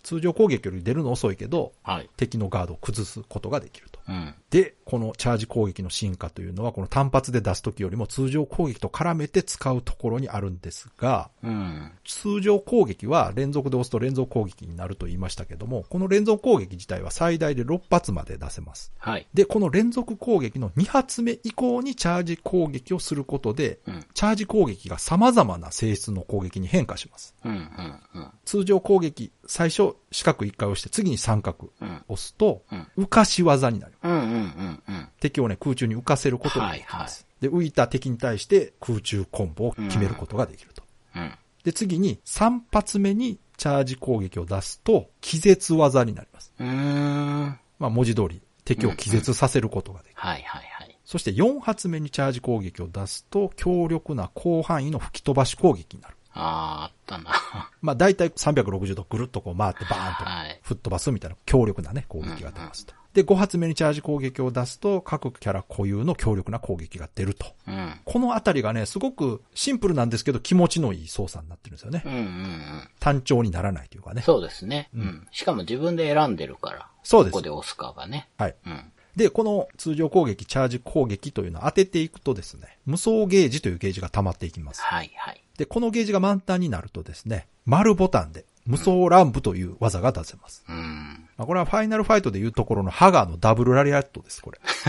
B: 通常攻撃より出るの遅いけど、
C: はい。
B: 敵のガードを崩すことができると。
C: うん。
B: で、このチャージ攻撃の進化というのは、この単発で出すときよりも通常攻撃と絡めて使うところにあるんですが、
C: うん。
B: 通常攻撃は連続で押すと連続攻撃になると言いましたけども、この連続攻撃自体は最大で6発まで出せます。
C: はい。
B: で、この連続攻撃の2発目以降にチャージ攻撃をすることで、
C: うん。
B: チャージ攻撃が様々な性質の攻撃に変化します。
C: うん。うん。うん。
B: 通常攻撃、最初四角1回押して次に三角
C: うん。
B: 押すと
C: うん、
B: 浮かし技になります。
C: うん。うん。うん。うん。
B: 敵をね、空中に浮かせることができます。で、浮いた敵に対して空中コンボを決めることができると。
C: うん。
B: で、次に3発目にチャージ攻撃を出すと、気絶技になります。
C: うーん。はい
B: まあ、文字通り敵を気絶させることができる。
C: はいはい。
B: そして4発目にチャージ攻撃を出すと、強力な広範囲の吹き飛ばし攻撃になる。
C: あー、あったな。
B: まあ、大体360度ぐるっとこう回ってバー
C: は
B: ンと
C: い
B: 吹っ飛ばすみたいな強力なね、攻撃が出ますと。で、5発目にチャージ攻撃を出すと、各キャラ固有の強力な攻撃が出ると。
C: うん。
B: このあたりがね、すごくシンプルなんですけど気持ちのいい操作になってるんですよね
C: う。んうんうん。
B: 単調にならないというかね。
C: そうですね。うんん。しかも自分で選んでるから。
B: そうです
C: ここで押すかがね。
B: はい。
C: うん。
B: で、この通常攻撃、チャージ攻撃というのを当てていくとですね、無双ゲージというゲージが溜まっていきます。
C: はいはい。
B: で、このゲージが満タンになるとですね、丸ボタンで無双乱舞という技が出せます。
C: うん。
B: まあ、これはファイナルファイトでいうところのハガーのダブルラリアットです、これ。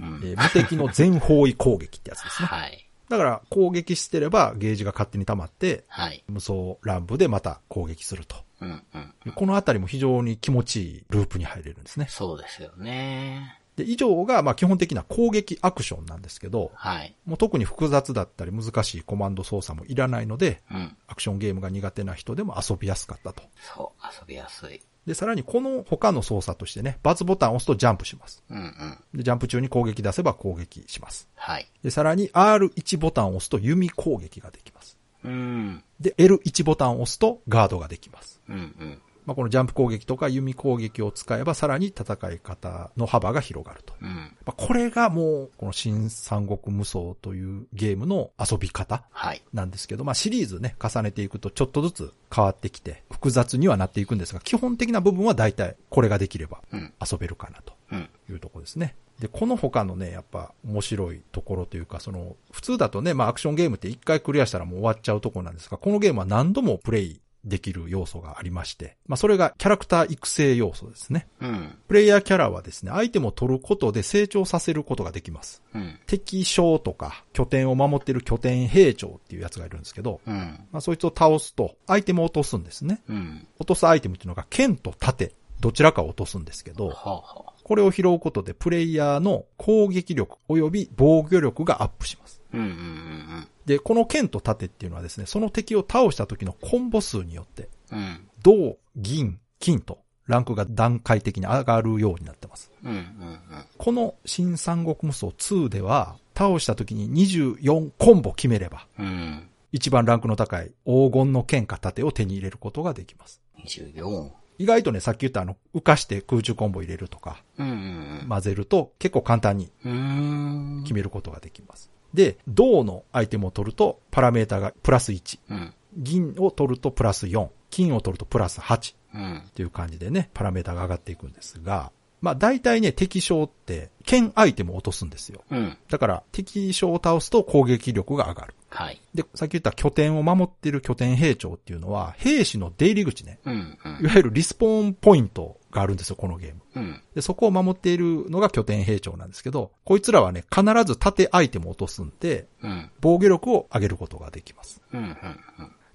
C: うん。
B: えー無敵の全方位攻撃ってやつですね。
C: はい。
B: だから攻撃してればゲージが勝手に溜まって、
C: はい。
B: 無双乱舞でまた攻撃すると。
C: うんうん。
B: このあたりも非常に気持ちいいループに入れるんですね。
C: そうですよね。
B: で、以上が、まあ基本的な攻撃アクションなんですけど、
C: はい。
B: もう特に複雑だったり難しいコマンド操作もいらないので、
C: うん。
B: アクションゲームが苦手な人でも遊びやすかったと。
C: そう、遊びやすい。
B: で、さらにこの他の操作としてね、バツボタンを押すとジャンプします。
C: うんうん。
B: で、ジャンプ中に攻撃出せば攻撃します。
C: はい。
B: で、さらに R1 ボタンを押すと弓攻撃ができます。
C: うん。
B: で、L1 ボタンを押すとガードができます。
C: うんうん。
B: まあ、このジャンプ攻撃とか弓攻撃を使えばさらに戦い方の幅が広がると。
C: うん。
B: まあ、これがもう、この新三国無双というゲームの遊び方
C: はい。
B: なんですけど、まあ、シリーズね、重ねていくとちょっとずつ変わってきて、複雑にはなっていくんですが、基本的な部分は大体これができれば
C: うん。
B: 遊べるかなと
C: うん。
B: いうとこですね。で、この他のね、やっぱ面白いところというか、その、普通だとね、まあアクションゲームって一回クリアしたらもう終わっちゃうとこなんですが、このゲームは何度もプレイできる要素がありまして、まあそれがキャラクター育成要素ですね。
C: うん。
B: プレイヤーキャラはですね、アイテムを取ることで成長させることができます。
C: うん。
B: 敵将とか、拠点を守ってる拠点兵長っていうやつがいるんですけど、
C: うん。
B: まあそいつを倒すと、アイテムを落とすんですね。
C: うん。
B: 落とすアイテムっていうのが剣と盾、どちらかを落とすんですけど、
C: はあ、はあ。
B: これを拾うことでプレイヤーの攻撃力及び防御力がアップします。
C: うんうんうん
B: で、この剣と盾っていうのはですね、その敵を倒した時のコンボ数によって、
C: うん。うん。
B: 銅、銀、金とランクが段階的に上がるようになってます。
C: うんうんうん。
B: この新三国無双2では、倒した時に24コンボ決めれば、
C: うん。
B: 一番ランクの高い黄金の剣か盾を手に入れることができます。
C: 24。
B: 意外とね、さっき言ったあの、浮かして空中コンボ入れるとか、
C: うんうん
B: 混ぜると結構簡単に
C: うん。うーん。
B: 決めることができます。で、銅のアイテムを取ると、パラメータがプラス1。
C: うん。
B: 銀を取るとプラス4。金を取るとプラス8。
C: うん。
B: という感じでね、パラメータが上がっていくんですが、まあ大体ね、敵将って、剣アイテムを落とすんですよ。
C: うん。
B: だから、敵将を倒すと攻撃力が上がる。
C: はい。
B: で、さっき言った拠点を守っている拠点兵長っていうのは、兵士の出入り口ね。
C: うんう
B: い
C: ん。
B: わゆるリスポーンポイントがあるんですよ、このゲーム。
C: うん。
B: で、そこを守っているのが拠点兵長なんですけど、こいつらはね、必ず盾アイテムを落とすんで、
C: うん。
B: 防御力を上げることができます。
C: うん。うん。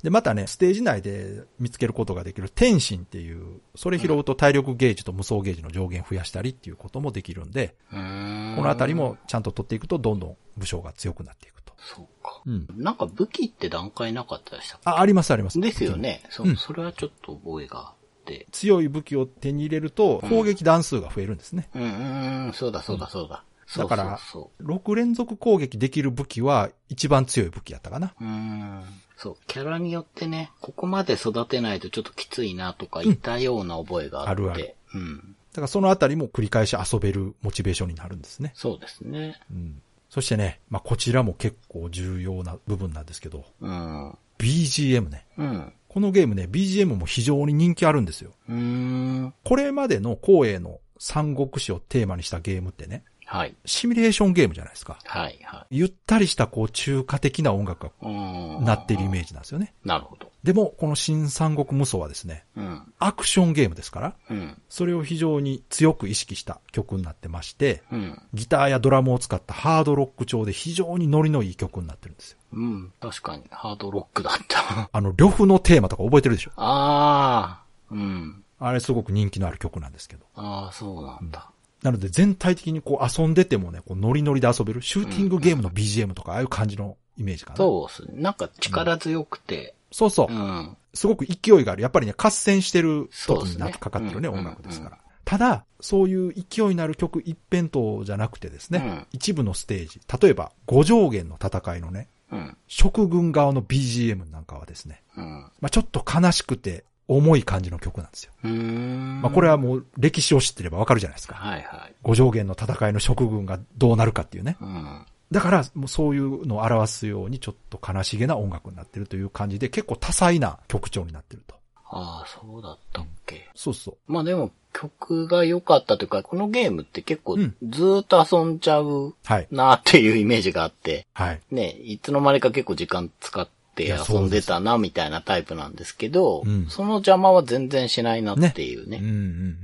B: で、またね、ステージ内で見つけることができる天心っていう、それ拾うと体力ゲージと無双ゲージの上限増やしたりっていうこともできるんで、
C: うん。
B: このあたり。もちゃんと取っていくとどんどん武将が強くなっていくと。
C: そうか。
B: うん。
C: なんか武器って段階なかったでしたか
B: あ、ありますあります。
C: ですよね。そ
B: うん
C: それはちょっと覚えがあって。
B: 強い武器を手に入れると攻撃段数が増えるんですね。
C: うんうんうん。そうだそうだそうだ。そ
B: だ
C: う
B: から
C: そう
B: 6連続攻撃できる武器は一番強い武器やったかな。
C: そう。うーん。そう。キャラによってね、ここまで育てないとちょっときついなとかいたような覚えがあって。
B: うんあるある
C: うん。
B: だからそのあたりも繰り返し遊べるモチベーションになるんですね。
C: そうですね。
B: うん。そしてね、まあ、こちらも結構重要な部分なんですけど、
C: うん。
B: BGM ね。
C: うん。
B: このゲームね、BGM も非常に人気あるんですよ。
C: うーん。
B: これまでの光栄の三国志をテーマにしたゲームってね、
C: はい。
B: シミュレーションゲームじゃないですか。
C: はい、は
B: ゆったりしたこう中華的な音楽
C: い。うー
B: が
C: ん。
B: なっているイメージなんですよね。
C: なるほど。
B: でも、この新三国無双はですね、
C: うん。
B: アクションゲームですから、
C: うん。
B: それを非常に強く意識した曲になってまして、
C: うん。
B: ギターやドラムを使ったハードロック調で非常にノリのいい曲になってるんですよ。
C: うん。確かに、ハードロックだった。
B: あの、呂布のテーマとか覚えてるでしょ
C: あー。うん。
B: あれすごく人気のある曲なんですけど。
C: あー、そうなんだ。
B: なので全体的にこう遊んでてもね、こうノリノリで遊べる、シューティングゲームの BGM とか、ああいう感じのイメージかな。
C: そうっすね。なんか力強くて、
B: そうそうう。
C: ん。
B: すごく勢いがある。やっぱりね、合戦してる
C: そう
B: 時
C: です
B: に
C: ね
B: なってかかってるね、
C: うん
B: 音楽ですから
C: う。
B: ただ、そういう勢いのある曲一辺倒じゃなくてですね、
C: うん
B: 一部のステージ、例えば五上限の戦いのね、
C: うん。
B: 食軍側の BGM なんかはですね、
C: うん。
B: まあ、ちょっと悲しくて重い感じの曲なんですよ。
C: うーん。
B: まあ、これはもう歴史を知ってればわかるじゃないですか。
C: はいはい。
B: 五上限の戦いの食軍がどうなるかっていうね。
C: うん。
B: だから、もうそういうのを表すように、ちょっと悲しげな音楽になってるという感じで、結構多彩な曲調になってると。
C: ああ、そうだったっけ。
B: そうそ
C: まあでも曲が良かったというか、このゲームって結構
B: うん
C: ずーっと遊んじゃう
B: う。はい。
C: なっていうイメージがあって、
B: はい。
C: ね、いつの間にか結構時間使って遊んでたなみたいなタイプなんですけど、
B: うん
C: その邪魔は全然しないなっていうね。
B: うんうんうん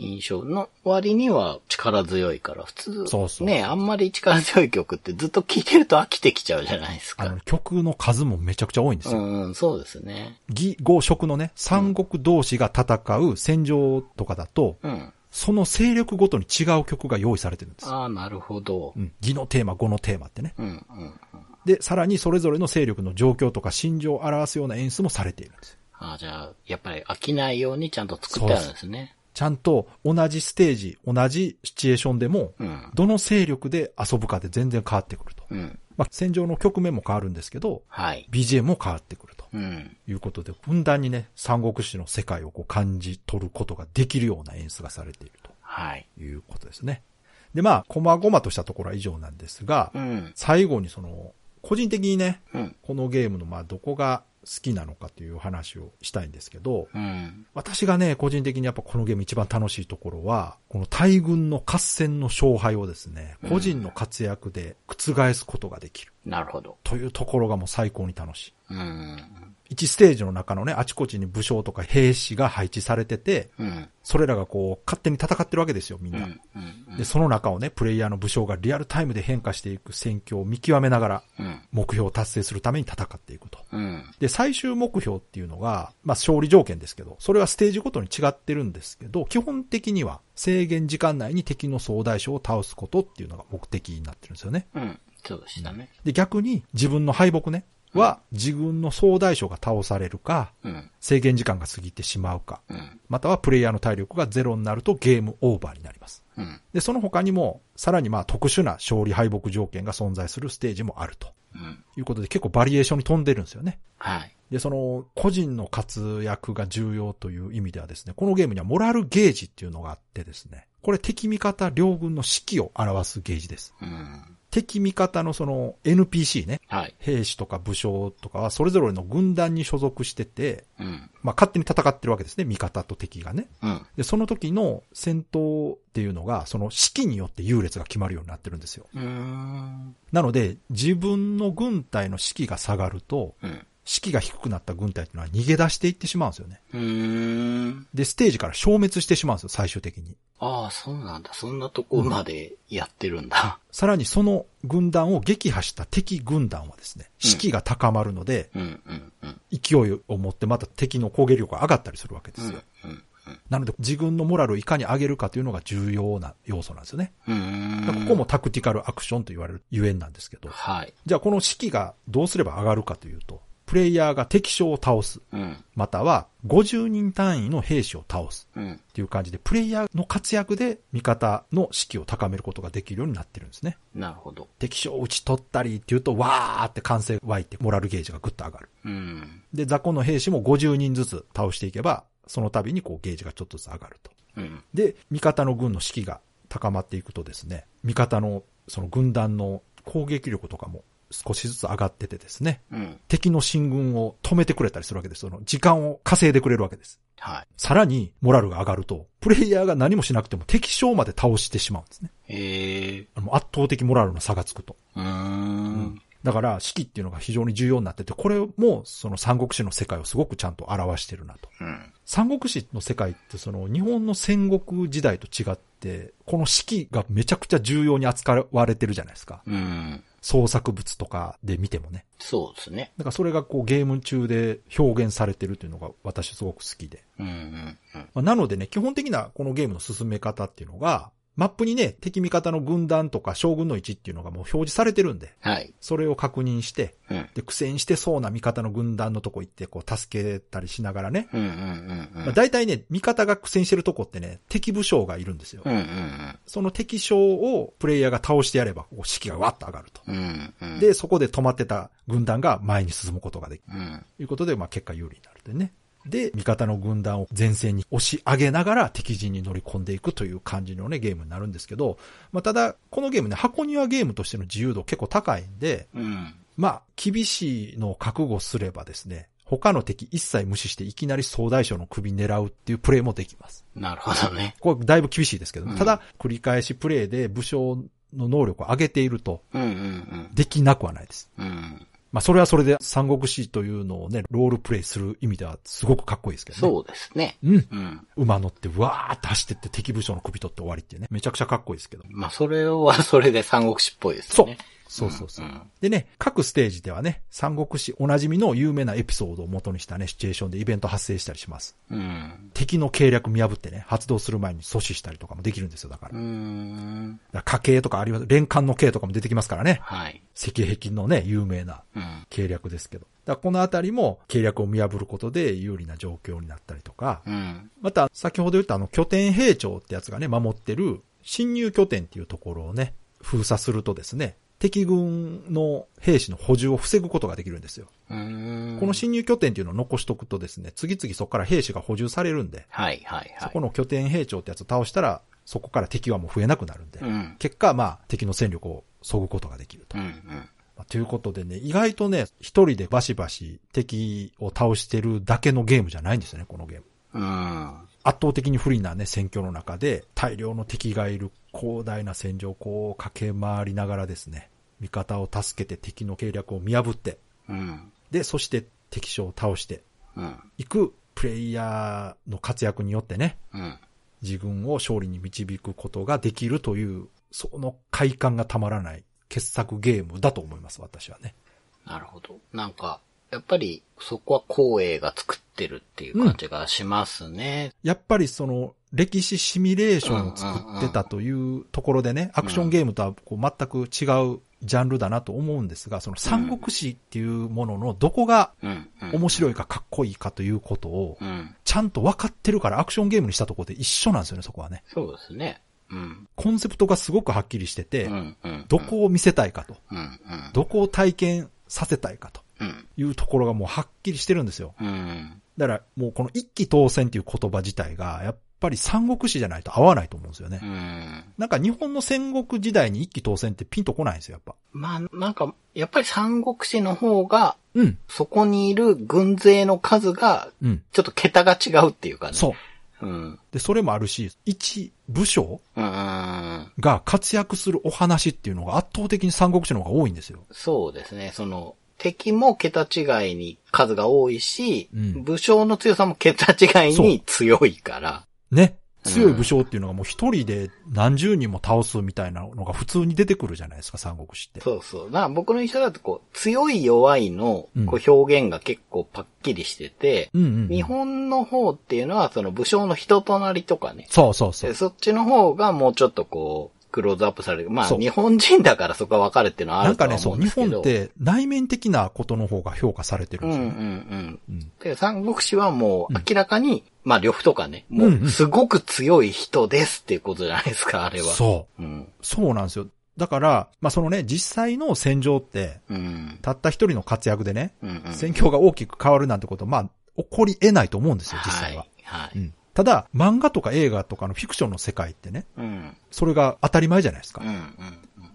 C: 印象の割には力強いから、普通、
B: そうそう
C: ね、あんまり力強い曲ってずっと聴いてると飽きてきちゃうじゃないです
B: あの
C: か。、
B: 曲の数もめちゃくちゃ多いんです
C: う
B: よ。
C: ん、うんそうですね。
B: 義、語、食のね、三国同士が戦う戦場とかだと、
C: うん。
B: その勢力ごとに違う曲が用意されてるんですよ。
C: ああ、なるほど
B: う。ん。義のテーマ、語のテーマってね。
C: うん、うん。
B: で、さらにそれぞれの勢力の状況とか心情を表すような演出もされているんですよ。
C: ああ、じゃあ、やっぱり飽きないようにちゃんと作ってあるんですね。
B: ちゃんと同じステージ、同じシチュエーションでも、
C: うん。
B: どの勢力で遊ぶかで全然変わってくると。
C: うん。
B: まあ、戦場の局面も変わるんですけど、
C: はい。
B: BGM も変わってくると。
C: うん。
B: いうことで、ふんだんにね、三国志の世界をこう感じ取ることができるような演出がされている
C: はい。
B: ということですね。で、まあ、細々としたところは以上なんですが、
C: うん。
B: 最後にその、個人的にね、
C: うん。
B: このゲームのまあ、どこが好きなのかという話をしたいんですけど、
C: うん。
B: 私がね、個人的にやっぱこのゲーム一番楽しいところは、この大軍の合戦の勝敗をですね、個人の活躍で覆すことができる
C: なるほど。
B: というところがもう最高に楽しい。
C: うん。
B: 1ステージの中のね、あちこちに武将とか兵士が配置されてて、
C: うん。
B: それらがこう、勝手に戦ってるわけですよ、みん
C: うん。う
B: な。
C: ん。
B: で、その中をね、プレイヤーの武将がリアルタイムで変化していく戦況を見極めながら、
C: うん。
B: 目標を達成するために戦っていくと。
C: うん。
B: で、最終目標っていうのが、まあ、勝利条件ですけど、それはステージごとに違ってるんですけど、基本的には制限時間内に敵の総大将を倒すことっていうのが目的になってるんですよね。
C: うん。そうでしたね。
B: で、逆に自分の敗北ね、は自分の総大将が倒されるか、
C: うん。
B: 制限時間が過ぎてしまうか、
C: うん。
B: またはプレイヤーの体力がゼロになるとゲームオーバーになります。
C: うん。
B: で、その他にも、さらにまあ特殊な勝利敗北条件が存在するステージもあると
C: うん。
B: いうことで結構バリエーションに富んでるんですよね。
C: はい。
B: で、その個人の活躍が重要という意味ではですね、このゲームにはモラルゲージっていうのがあってですね、これ敵味方両軍の士気を表すゲージです。
C: うん。
B: 敵味方のその NPC ね、
C: はい。
B: 兵士とか武将とかはそれぞれの軍団に所属してて、
C: うん。
B: まあ勝手に戦ってるわけですね、味方と敵がね。
C: うん。
B: で、その時の戦闘っていうのが、その士気によって優劣が決まるようになってるんですよ。
C: うーん。
B: なので、自分の軍隊の士気が下がると、
C: うん。
B: 士気が低くなった軍隊っていうのは逃げ出していってしまうんですよね。
C: うーん。
B: で、ステージから消滅してしまうんですよ、最終的に。
C: ああ、そうなんだ。そんなとこまでやってるんだ。
B: さらにその軍団を撃破した敵軍団はですね、士気が高まるので、
C: うん。うん。うん。
B: 勢いを持ってまた敵の攻撃力が上がったりするわけで
C: う
B: すよ。
C: ん。うん。
B: なので、自軍のモラルをいかに上げるかというのが重要な要素なんですよね。
C: うー
B: こ
C: ん。
B: こもタクティカルアクションと言われるゆえんなんですけど。
C: はい。
B: じゃあこの士気がどうすれば上がるかというと、プレイヤーが敵将を倒す、
C: うん。
B: または50人単位の兵士を倒す
C: うん。
B: っていう感じで、プレイヤーの活躍で味方の士気を高めることができるようになってるんですね。
C: なるほど。
B: 敵将を打ち取ったりっていうと、わーって歓声湧いて、モラルゲージがぐっと上がる。
C: うん。
B: で、雑魚の兵士も50人ずつ倒していけば、その度にこうゲージがちょっとずつ上がると。
C: うん。
B: で、味方の軍の士気が高まっていくとですね、味方のその軍団の攻撃力とかも少しずつ上がっててですね、
C: うん。
B: 敵の進軍を止めてくれたりするわけです。その時間を稼いでくれるわけです。
C: はい。
B: さらに、モラルが上がると、プレイヤーが何もしなくても敵将まで倒してしまうんですね。
C: ええ
B: あの圧倒的モラルの差がつくと。
C: ー。うーん。
B: だから、士気っていうのが非常に重要になってて、これも、その三国志の世界をすごくちゃんと表してるなと。
C: うん。
B: 三国志の世界って、その日本の戦国時代と違って、この士気がめちゃくちゃ重要に扱われてるじゃないですか。
C: うん。
B: 創作物とかで見てもね。
C: そうですね。
B: だからそれがこうゲーム中で表現されてるというのが私すごく好きで。
C: うん。うん。うん。
B: まあなのでね、基本的なこのゲームの進め方っていうのが、マップにね、敵味方の軍団とか将軍の位置っていうのがもう表示されてるんで、
C: はい。
B: それを確認して、
C: うん。
B: で、苦戦してそうな味方の軍団のとこ行って、こう、助けたりしながらね。
C: うん。うん。うん。
B: まあ、大体ね、味方が苦戦してるとこってね、敵武将がいるんですよ
C: う。ん。うん。
B: その敵将をプレイヤーが倒してやれば、こう、士気がわっと上がると。
C: うん。うん。、
B: で、そこで止まってた軍団が前に進むことができる。
C: うん。
B: ということで、まあ、結果有利になるでね。で、味方の軍団を前線に押し上げながら敵陣に乗り込んでいくという感じのね、ゲームになるんですけど、まあ、ただ、このゲームね、箱庭ゲームとしての自由度結構高いんで、
C: うん。
B: まあ、厳しいのを覚悟すればですね、他の敵一切無視していきなり総大将の首狙うっていうプレイもできます。
C: なるほどね。
B: これだいぶ厳しいですけど、
C: うん
B: ただ、繰り返しプレイで武将の能力を上げていると、
C: うん。うん。
B: できなくはないです。
C: うん。うん。
B: まあ、それはそれで三国志というのをね、ロールプレイする意味ではすごくかっこいいですけどね。
C: そうですね。
B: うん。
C: うん。
B: 馬乗って、わーって走ってって敵武将の首取って終わりっていうね。めちゃくちゃかっこいいですけど。
C: まあ、それはそれで三国志っぽいです
B: そう
C: ね。。
B: そうそうそう。
C: うん
B: でね、各ステージではね、三国志おなじみの有名なエピソードを元にしたね、シチュエーションでイベント発生したりします。
C: うん。
B: 敵の計略見破ってね、発動する前に阻止したりとかもできるんですよ、だから。
C: うー
B: だ
C: ん。
B: から家系とかあります。連環の計とかも出てきますからね。
C: はい。
B: 石壁のね、有名な
C: うん。
B: 計略ですけど。だからこのあたりも計略を見破ることで有利な状況になったりとか、
C: うん。
B: また、先ほど言ったあの、拠点兵長ってやつがね、守ってる、侵入拠点っていうところをね、封鎖するとですね、敵軍の兵士の補充を防ぐことができるんですよ。
C: うーん
B: この侵入拠点っていうのを残しとくとですね、次々そこから兵士が補充されるんで、
C: はいはいは
B: そ
C: い。
B: この拠点兵長ってやつを倒したら、そこから敵はもう増えなくなるんで、
C: うん。
B: 結果、まあ、敵の戦力を削ぐことができると
C: う。んうん。
B: まあということでね、意外とね、一人でバシバシ敵を倒してるだけのゲームじゃないんですよね、このゲーム。
C: うん。
B: 圧倒的に不利なね、戦況の中で、大量の敵がいる広大な戦場をこう駆け回りながらですね、味方を助けて敵の計略を見破って、
C: うん。
B: で、そして敵将を倒して
C: うん。
B: いくプレイヤーの活躍によってね、
C: うん。
B: 自分を勝利に導くことができるという、その快感がたまらない傑作ゲームだと思います、私はね。
C: なるほど。なんか、やっぱりそこは光栄が作ってるっていう感じがしますね。
B: やっぱりその歴史シミュレーションを作ってたというところでね、アクションゲームとはこう全く違うジャンルだなと思うんですが、その三国志っていうもののどこが
C: うん。うん。
B: 面白いかかっこいいかということを、
C: うん。
B: ちゃんと分かってるからアクションゲームにしたところで一緒なんですよね、そこはね。
C: そうですね。うん。
B: コンセプトがすごくはっきりしてて
C: う、ん。うん。
B: どこを見せたいかと、
C: うん。うん。
B: どこを体験させたいかと
C: うん。
B: いうところがもうはっきりしてるんですよ。
C: うん。
B: だからもうこの一騎当選という言葉自体が、やっぱり三国志じゃないと合わないと思うんですよね
C: う。ん。
B: なんか日本の戦国時代に一騎当選ってピンとこないんですよ、やっぱ。
C: まあ、なんか、やっぱり三国志の方が、
B: うん。
C: そこにいる軍勢の数が、
B: うん。
C: ちょっと桁が違うっていうかね。
B: そう。
C: う。うん。
B: で、それもあるし、一武将
C: うん。
B: が活躍するお話っていうのが圧倒的に三国志の方が多いんですよ。
C: そうですね。その、敵も桁違いに数が多いし、
B: うん
C: 武将の強さも桁違いに強いから。
B: ね。強い武将っていうのがもう一人で何十人も倒すみたいなのが普通に出てくるじゃないですか、三国志って。
C: そうそう。だから僕の印象だと、こう、強い弱いの
B: うん
C: こう表現が結構パッキリしてて、
B: うんうんうん。
C: 日本の方っていうのは、その武将の人となりとかね。
B: そうそうそう
C: で。そっちの方がもうちょっとこう、クローズアップされる。まあ、
B: そう
C: 日本人だからそこは分かるっていうのはあ
B: なん
C: ると
B: か
C: は
B: ね、そう
C: 思
B: う、
C: んで
B: 日
C: すけど。
B: 本って内面的なことの方が評価されてるん
C: う
B: で
C: ん
B: すよ
C: うんう
B: ね。
C: ん。
B: うん
C: で、三国志はもう
B: うん
C: 明らかに、まあ、呂布とかね、
B: ん
C: も
B: う
C: ううんすごく強い人ですっていうことじゃないですか、あれは。。
B: そう
C: うん。
B: う。そうなんですよ。だから、まあ、そのね、実際の戦場って、
C: うん。
B: たった一人の活躍でね、
C: うんうん。
B: 戦況が大きく変わるなんてこと、まあ、起こり得ないと思うんですよ、実際は。
C: い。は
B: う
C: い。
B: ん。ただ、漫画とか映画とかのフィクションの世界ってね、
C: うん。
B: それが当たり前じゃないですか
C: うん。。うん。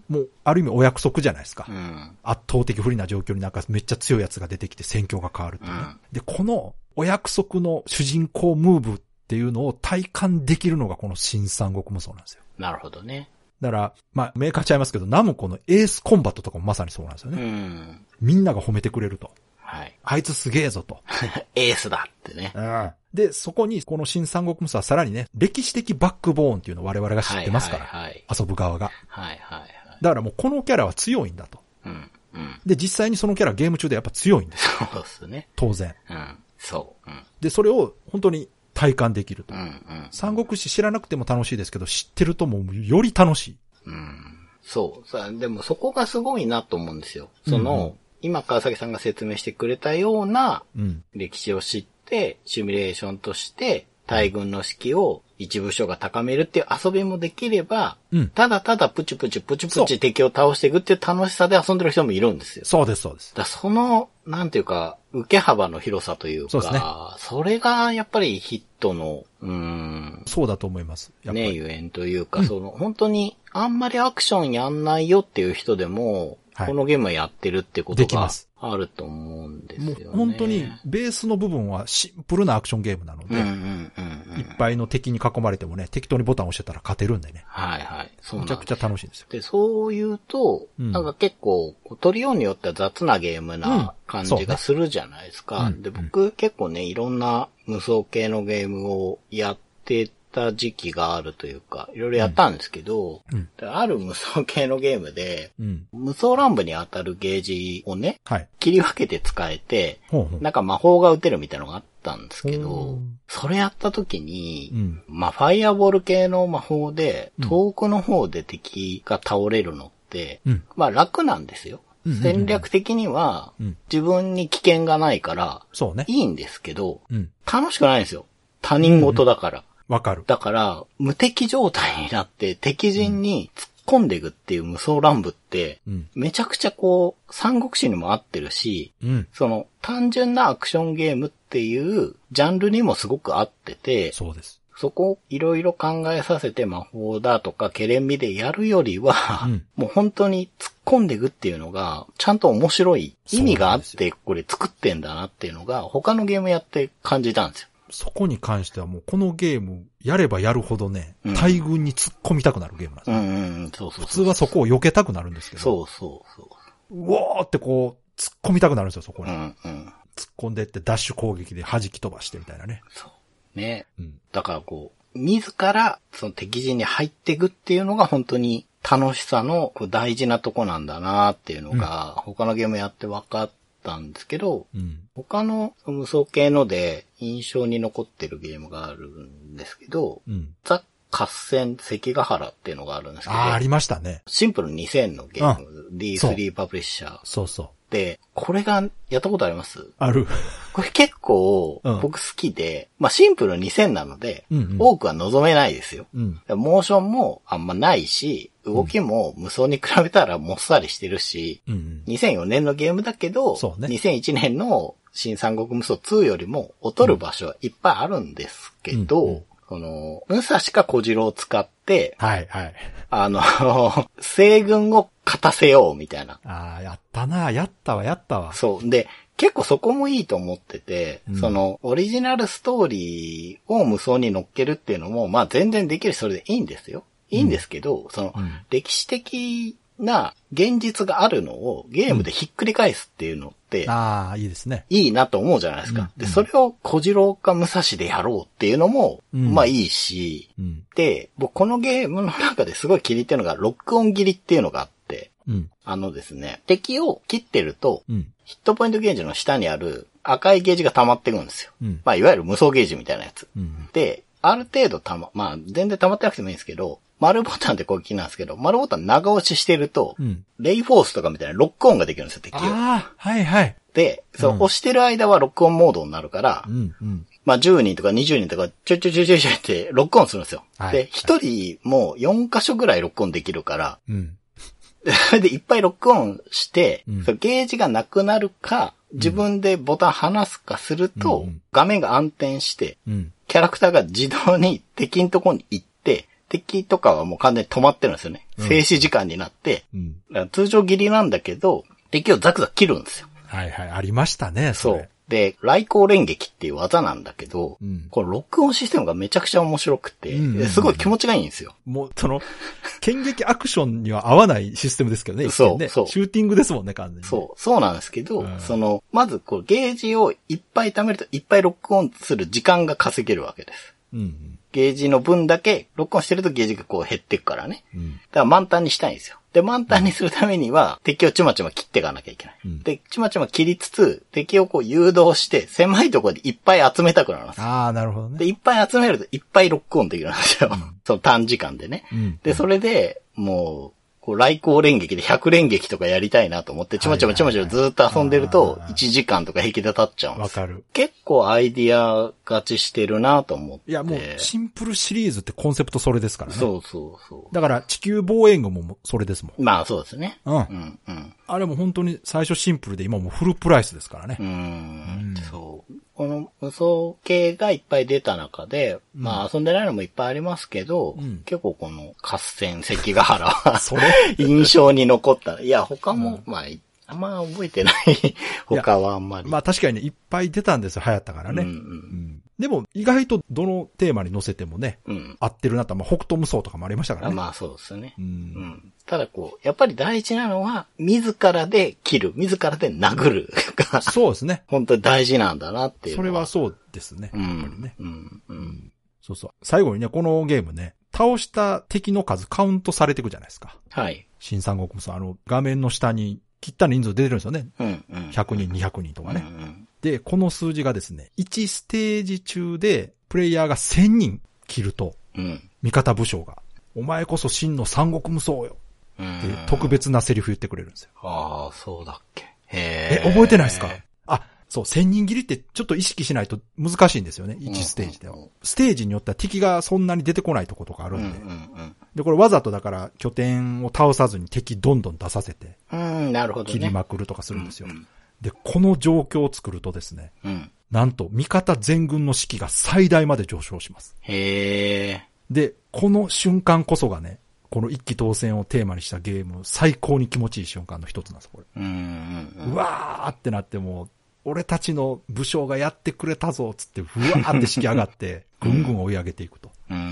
B: もう、ある意味お約束じゃないですか。
C: うん。
B: 圧倒的不利な状況になんかめっちゃ強いやつが出てきて戦況が変わるっていうね。
C: うん
B: で、このお約束の主人公ムーブっていうのを体感できるのがこの新三国無双なんですよ。
C: なるほどね。
B: だから、まあ、メーカーちゃいますけど、ナムコのエースコンバットとかもまさにそうなんですよ
C: う
B: ね。
C: ん。
B: みんなが褒めてくれると。
C: はい。
B: あいつすげえぞと。
C: エースだってね。
B: で、そこにこの新三国無双はさらにね、歴史的バックボーンっていうのを我々が知
C: は
B: っ
C: い。
B: てますから。
C: はい。はい
B: 遊ぶ側が。
C: はい。はい。
B: だからもうこのキャラは強いんだと。
C: うん。うん。
B: で、実際にそのキャラゲーム中でやっぱ強いんです。
C: そうっすね。
B: 当然。
C: うん。そう。うん。
B: で、それを本当に体感できると
C: う。ん。
B: 三国志知らなくても楽しいですけど、知ってるともうより楽しい。
C: うん。うん。そう。さでもそこがすごいなと思うんですよ。その、今川崎さんが説明してくれたような
B: うん。
C: 歴史を知って、シミュレーションとして、大軍の士気を一部署が高めるっていう遊びもできれば、
B: うん
C: ただただプチプチプチ
B: そ
C: プ
B: う
C: チ敵を倒していくっていう楽しさで遊んでる人もいるんですよ。
B: そうです、そうです。
C: だからその、なんていうか、受け幅の広さというか、
B: そうですね
C: それがやっぱりヒットの、うーん、
B: そうだと思います。やっぱ
C: ね、
B: り。
C: ゆえんというか、その、本当に、あんまりアクションやんないよっていう人でも、
B: はい
C: このゲームはやってるってこと
B: でき
C: が
B: ます
C: あると思うんです
B: も
C: よね。
B: う本当にベースの部分はシンプルなアクションゲームなの
C: う
B: で、
C: んうんうんうん。
B: いっぱいの敵に囲まれてもね、適当にボタン押してたら勝てるんでね。
C: はいはい。そうな
B: め
C: ん
B: ちゃくちゃ楽しいんですよ。
C: で、そう言うと、
B: うん
C: なんか結構、トリオによっては雑なゲームな感
B: うんそ
C: じ
B: うね
C: がするじゃないですか。
B: うん
C: で、僕結構ね、いろんな無双系のゲームをやってた時期があるというか、いろいろやったんですけど、
B: うん
C: である無双系のゲームで、
B: うん。
C: 無双乱舞に当たるゲージをね、
B: はい。
C: 切り分けて使えて、
B: ほうほう。
C: なんか魔法が打てるみたいなのがあったんですけ
B: う
C: ど
B: ん、
C: それやった時に、
B: うん。
C: まあ、ファイアボール系の魔法で
B: う、ん
C: 遠くの方で敵が倒れるのって、
B: うん。
C: まあ楽なんですよ
B: うんうんう。ん
C: 戦略的には
B: うん、
C: 自分に危険がないから、
B: そうね。
C: いいんですけど、
B: うん。
C: 楽しくないんですよ。他人事だから。
B: わかる。
C: だから、無敵状態になって敵陣に突っ込んでいくっていう無双乱舞って、
B: うん。
C: めちゃくちゃこう、三国志にも合ってるし、
B: うん。
C: その単純なアクションゲームっていうジャンルにもすごく合ってて、
B: そうです。
C: そこをいろいろ考えさせて魔法だとか、ケレン味でやるよりは、
B: うん
C: もう本当に突っ込んでいくっていうのが、ちゃんと面白い意味があっ
B: そうな
C: て、これ作ってんだなっていうのが、他のゲームやって感じたんですよ。
B: そこに関してはもうこのゲーム、やればやるほどね
C: うん、
B: 大群に突っ込みたくなるゲームなんです
C: う
B: よ。
C: んうんうん、そうそう
B: 普通はそこを避けたくなるんですけど、。
C: そうそうそう
B: おーってこう、突っ込みたくなるんですよ、そこ
C: う。う
B: に。
C: んうん。
B: 突っ込んでってダッシュ攻撃で弾き飛ばしてみたいなね。
C: そう。ね。
B: うん。
C: だからこう、自らその敵陣に入っていくっていうのが本当に楽しさのこう大事なとこなんだなっていうのが、他のゲームやって分かったんですけど、
B: うん。
C: 他のその無双系ので印象に残ってるゲームがあるんですけど、
B: うん。
C: ザ・合戦関ヶ原っていうのがあるんですけど
B: あ、あ、ありましたね。
C: シンプルに2000のゲーム、D3 パブリッシャー
B: そうそう。
C: で、これがやったことあります
B: ある。
C: これ結構
B: うん
C: 僕好きで、まあシンプル2000なので、
B: うんうん
C: 多くは望めないですよ。
B: うん。
C: モーションもあんまないし、動きも無双に比べたらもっさりしてるし、
B: うんうん。
C: 2004年のゲームだけど、
B: そうね
C: 2001年の新三国無双2よりも劣る場所はいっぱいあるんですけど、
B: うんうん
C: その、武蔵か小次郎を使って、
B: はい、はい。
C: あの、 西軍を勝たせようみたいな。
B: ああ、やったな、やったわ、やったわ。
C: そう。で、結構そこもいいと思ってて、
B: うん
C: その、オリジナルストーリーを無双に乗っけるっていうのも、まあ全然できるしそれでいいんですよ。いいんですけど、その、
B: うん
C: 歴史的な現実があるのをゲームでひっくり返すっていうのって、
B: ああ、いいですね。
C: いいなと思うじゃないですか。
B: うん
C: で、それを小次郎か武蔵でやろうっていうのも、
B: うん
C: まあいいし、
B: うん。
C: で、僕このゲームの中ですごい気に入ってるのが、ロックオン切りっていうのがあって、
B: うん。
C: あのですね、敵を切ってると、
B: うん。
C: ヒットポイントゲージの下にある赤いゲージが溜まってくんですよ。
B: うん。
C: まあ、いわゆる無双ゲージみたいなやつ。
B: うん。
C: で、ある程度溜ま、まあ、全然溜まってなくてもいいんですけど、丸ボタンって攻撃なんですけど、丸ボタン長押ししてると、
B: うん。
C: レイフォースとかみたいなロックオンができるんですよ、敵を。
B: ああ、はい、はい。
C: で、そう、
B: うん
C: 押してる間はロックオンモードになるから、
B: うん。うん。
C: まあ、10人とか20人とか、ちょいちょいちょいちょいちょいってロックオンするんですよ。
B: はい
C: で、1人も4箇所ぐらいロックオンできるから、
B: うん。
C: でそれでいっぱいロックオンして、
B: うん
C: そのゲージがなくなるか、自分でボタン離すかすると、
B: うん
C: 画面が暗転して、
B: うん。
C: キャラクターが自動に敵のとこに行って、敵とかはもう完全に止まってるんですよね。
B: うん
C: 静止時間になって、
B: うん。
C: だから通常切りなんだけど、敵をザクザク切るんですよ。
B: はい、はい。ありましたね、そ
C: そ
B: れ
C: う。。で、来光連撃っていう技なんだけど、
B: うん
C: このロックオンシステムがめちゃくちゃ面白くて、
B: うんうんうん
C: すごい気持ちがいいんですよ。
B: もう、その、剣撃アクションには合わないシステムですけどね、一見ね
C: そうそう
B: シューティングですもんね、完全にね。
C: そう、そうなんですけど、
B: うん
C: その、まずこうゲージをいっぱい貯めるといっぱいロックオンする時間が稼げるわけです。
B: う。うん。
C: ゲージの分だけ、ロックオンしてるとゲージがこう減っていくからね。
B: うん。
C: だから満タンにしたいんですよ。で、満タンにするためには、敵をちまちま切っていかなきゃいけない。
B: うん
C: で、ちまちま切りつつ、敵をこう誘導して、狭いところでいっぱい集めたくなるんですよ。
B: ああ、なるほど
C: で、
B: ね。
C: いっぱい集めるといっぱいロックオンできるんですよ。その短時間でね。
B: うん。
C: で、それで、もう、こう、来光連撃で100連撃とかやりたいなと思って、ちまちまちまちまずっと遊んでる
B: はい
C: と
B: はい、はい
C: 1時間とか平気で経っちゃうんで
B: わ
C: すよ。
B: かる。
C: 結構アイディア勝ちしてるなと思って。
B: いや、もう、シンプルシリーズってコンセプトそれですからね。
C: そうそうそ
B: だから、地球防衛軍もそれですもん。
C: う。まあ、そうですね。
B: うん。
C: うん、うん。
B: あれも本当に最初シンプルで今もうフルプライスですからね
C: う。ー
B: うん
C: ん、そう。この無双系がいっぱい出た中で、まあ遊んでないのもいっぱいありますけど、
B: うん
C: 結構この合戦関ヶ原は
B: それ
C: 印象に残った。いや、他も、まあ、あんま覚えてない。 他はあんまり。
B: まあ確かにね、いっぱい出たんですよ、流行ったからね。
C: うんう
B: うんんでも、意外とどのテーマに載せてもね、
C: うん。
B: 合ってるなと、まあ、北斗無双とかもありましたから
C: あ
B: ね。
C: まあそうですね
B: う。。
C: うんん。ただこう、やっぱり大事なのは、自らで切る、自らで殴る が、
B: そうですね。
C: 本当に大事なんだなっていう。
B: それは、そうですね。
C: う
B: やっぱり
C: ん
B: ね。。
C: うん。うん。
B: そうそう。最後にね、このゲームね、倒した敵の数カウントされていくじゃないですか。
C: はい。
B: 新三国無双、あの、画面の下に切った人数出てるんですよね。
C: うん。う
B: 100
C: ん。
B: 人、200人とか
C: うんう
B: ね。
C: ん。
B: で、この数字がですね、1ステージ中で、プレイヤーが1000人切ると、
C: うん。
B: 味方武将が、お前こそ真の三国無双よ
C: う
B: って
C: ん。
B: 特別なセリフ言ってくれるんですよ。
C: ああ、そうだっけ。
B: え
C: へ、え。
B: 覚えてないですかあ、そう、千人切りってちょっと意識しないと難しいんですよね。1ステージでは
C: うんうんうん。
B: ステージによっては敵がそんなに出てこないとことかあ
C: う
B: る
C: んうんん
B: で、
C: うん。
B: で、これわざとだから拠点を倒さずに敵どんどん出させて、
C: うん、なるほど
B: 切
C: ね。
B: りまくるとかするんですよ
C: うん。
B: で、この状況を作るとですね、
C: うん。
B: なんと味方全軍の士気が最大まで上昇します。
C: へえ。
B: で、この瞬間こそがね、この一気当選をテーマにしたゲーム、最高に気持ちいい瞬間の一つなんです、これ。
C: うんうん
B: うわーってなってもう、俺たちの武将がやってくれたぞ、つって、うわーって式上が って、ぐんぐん追い上げていくと。
C: うん。うー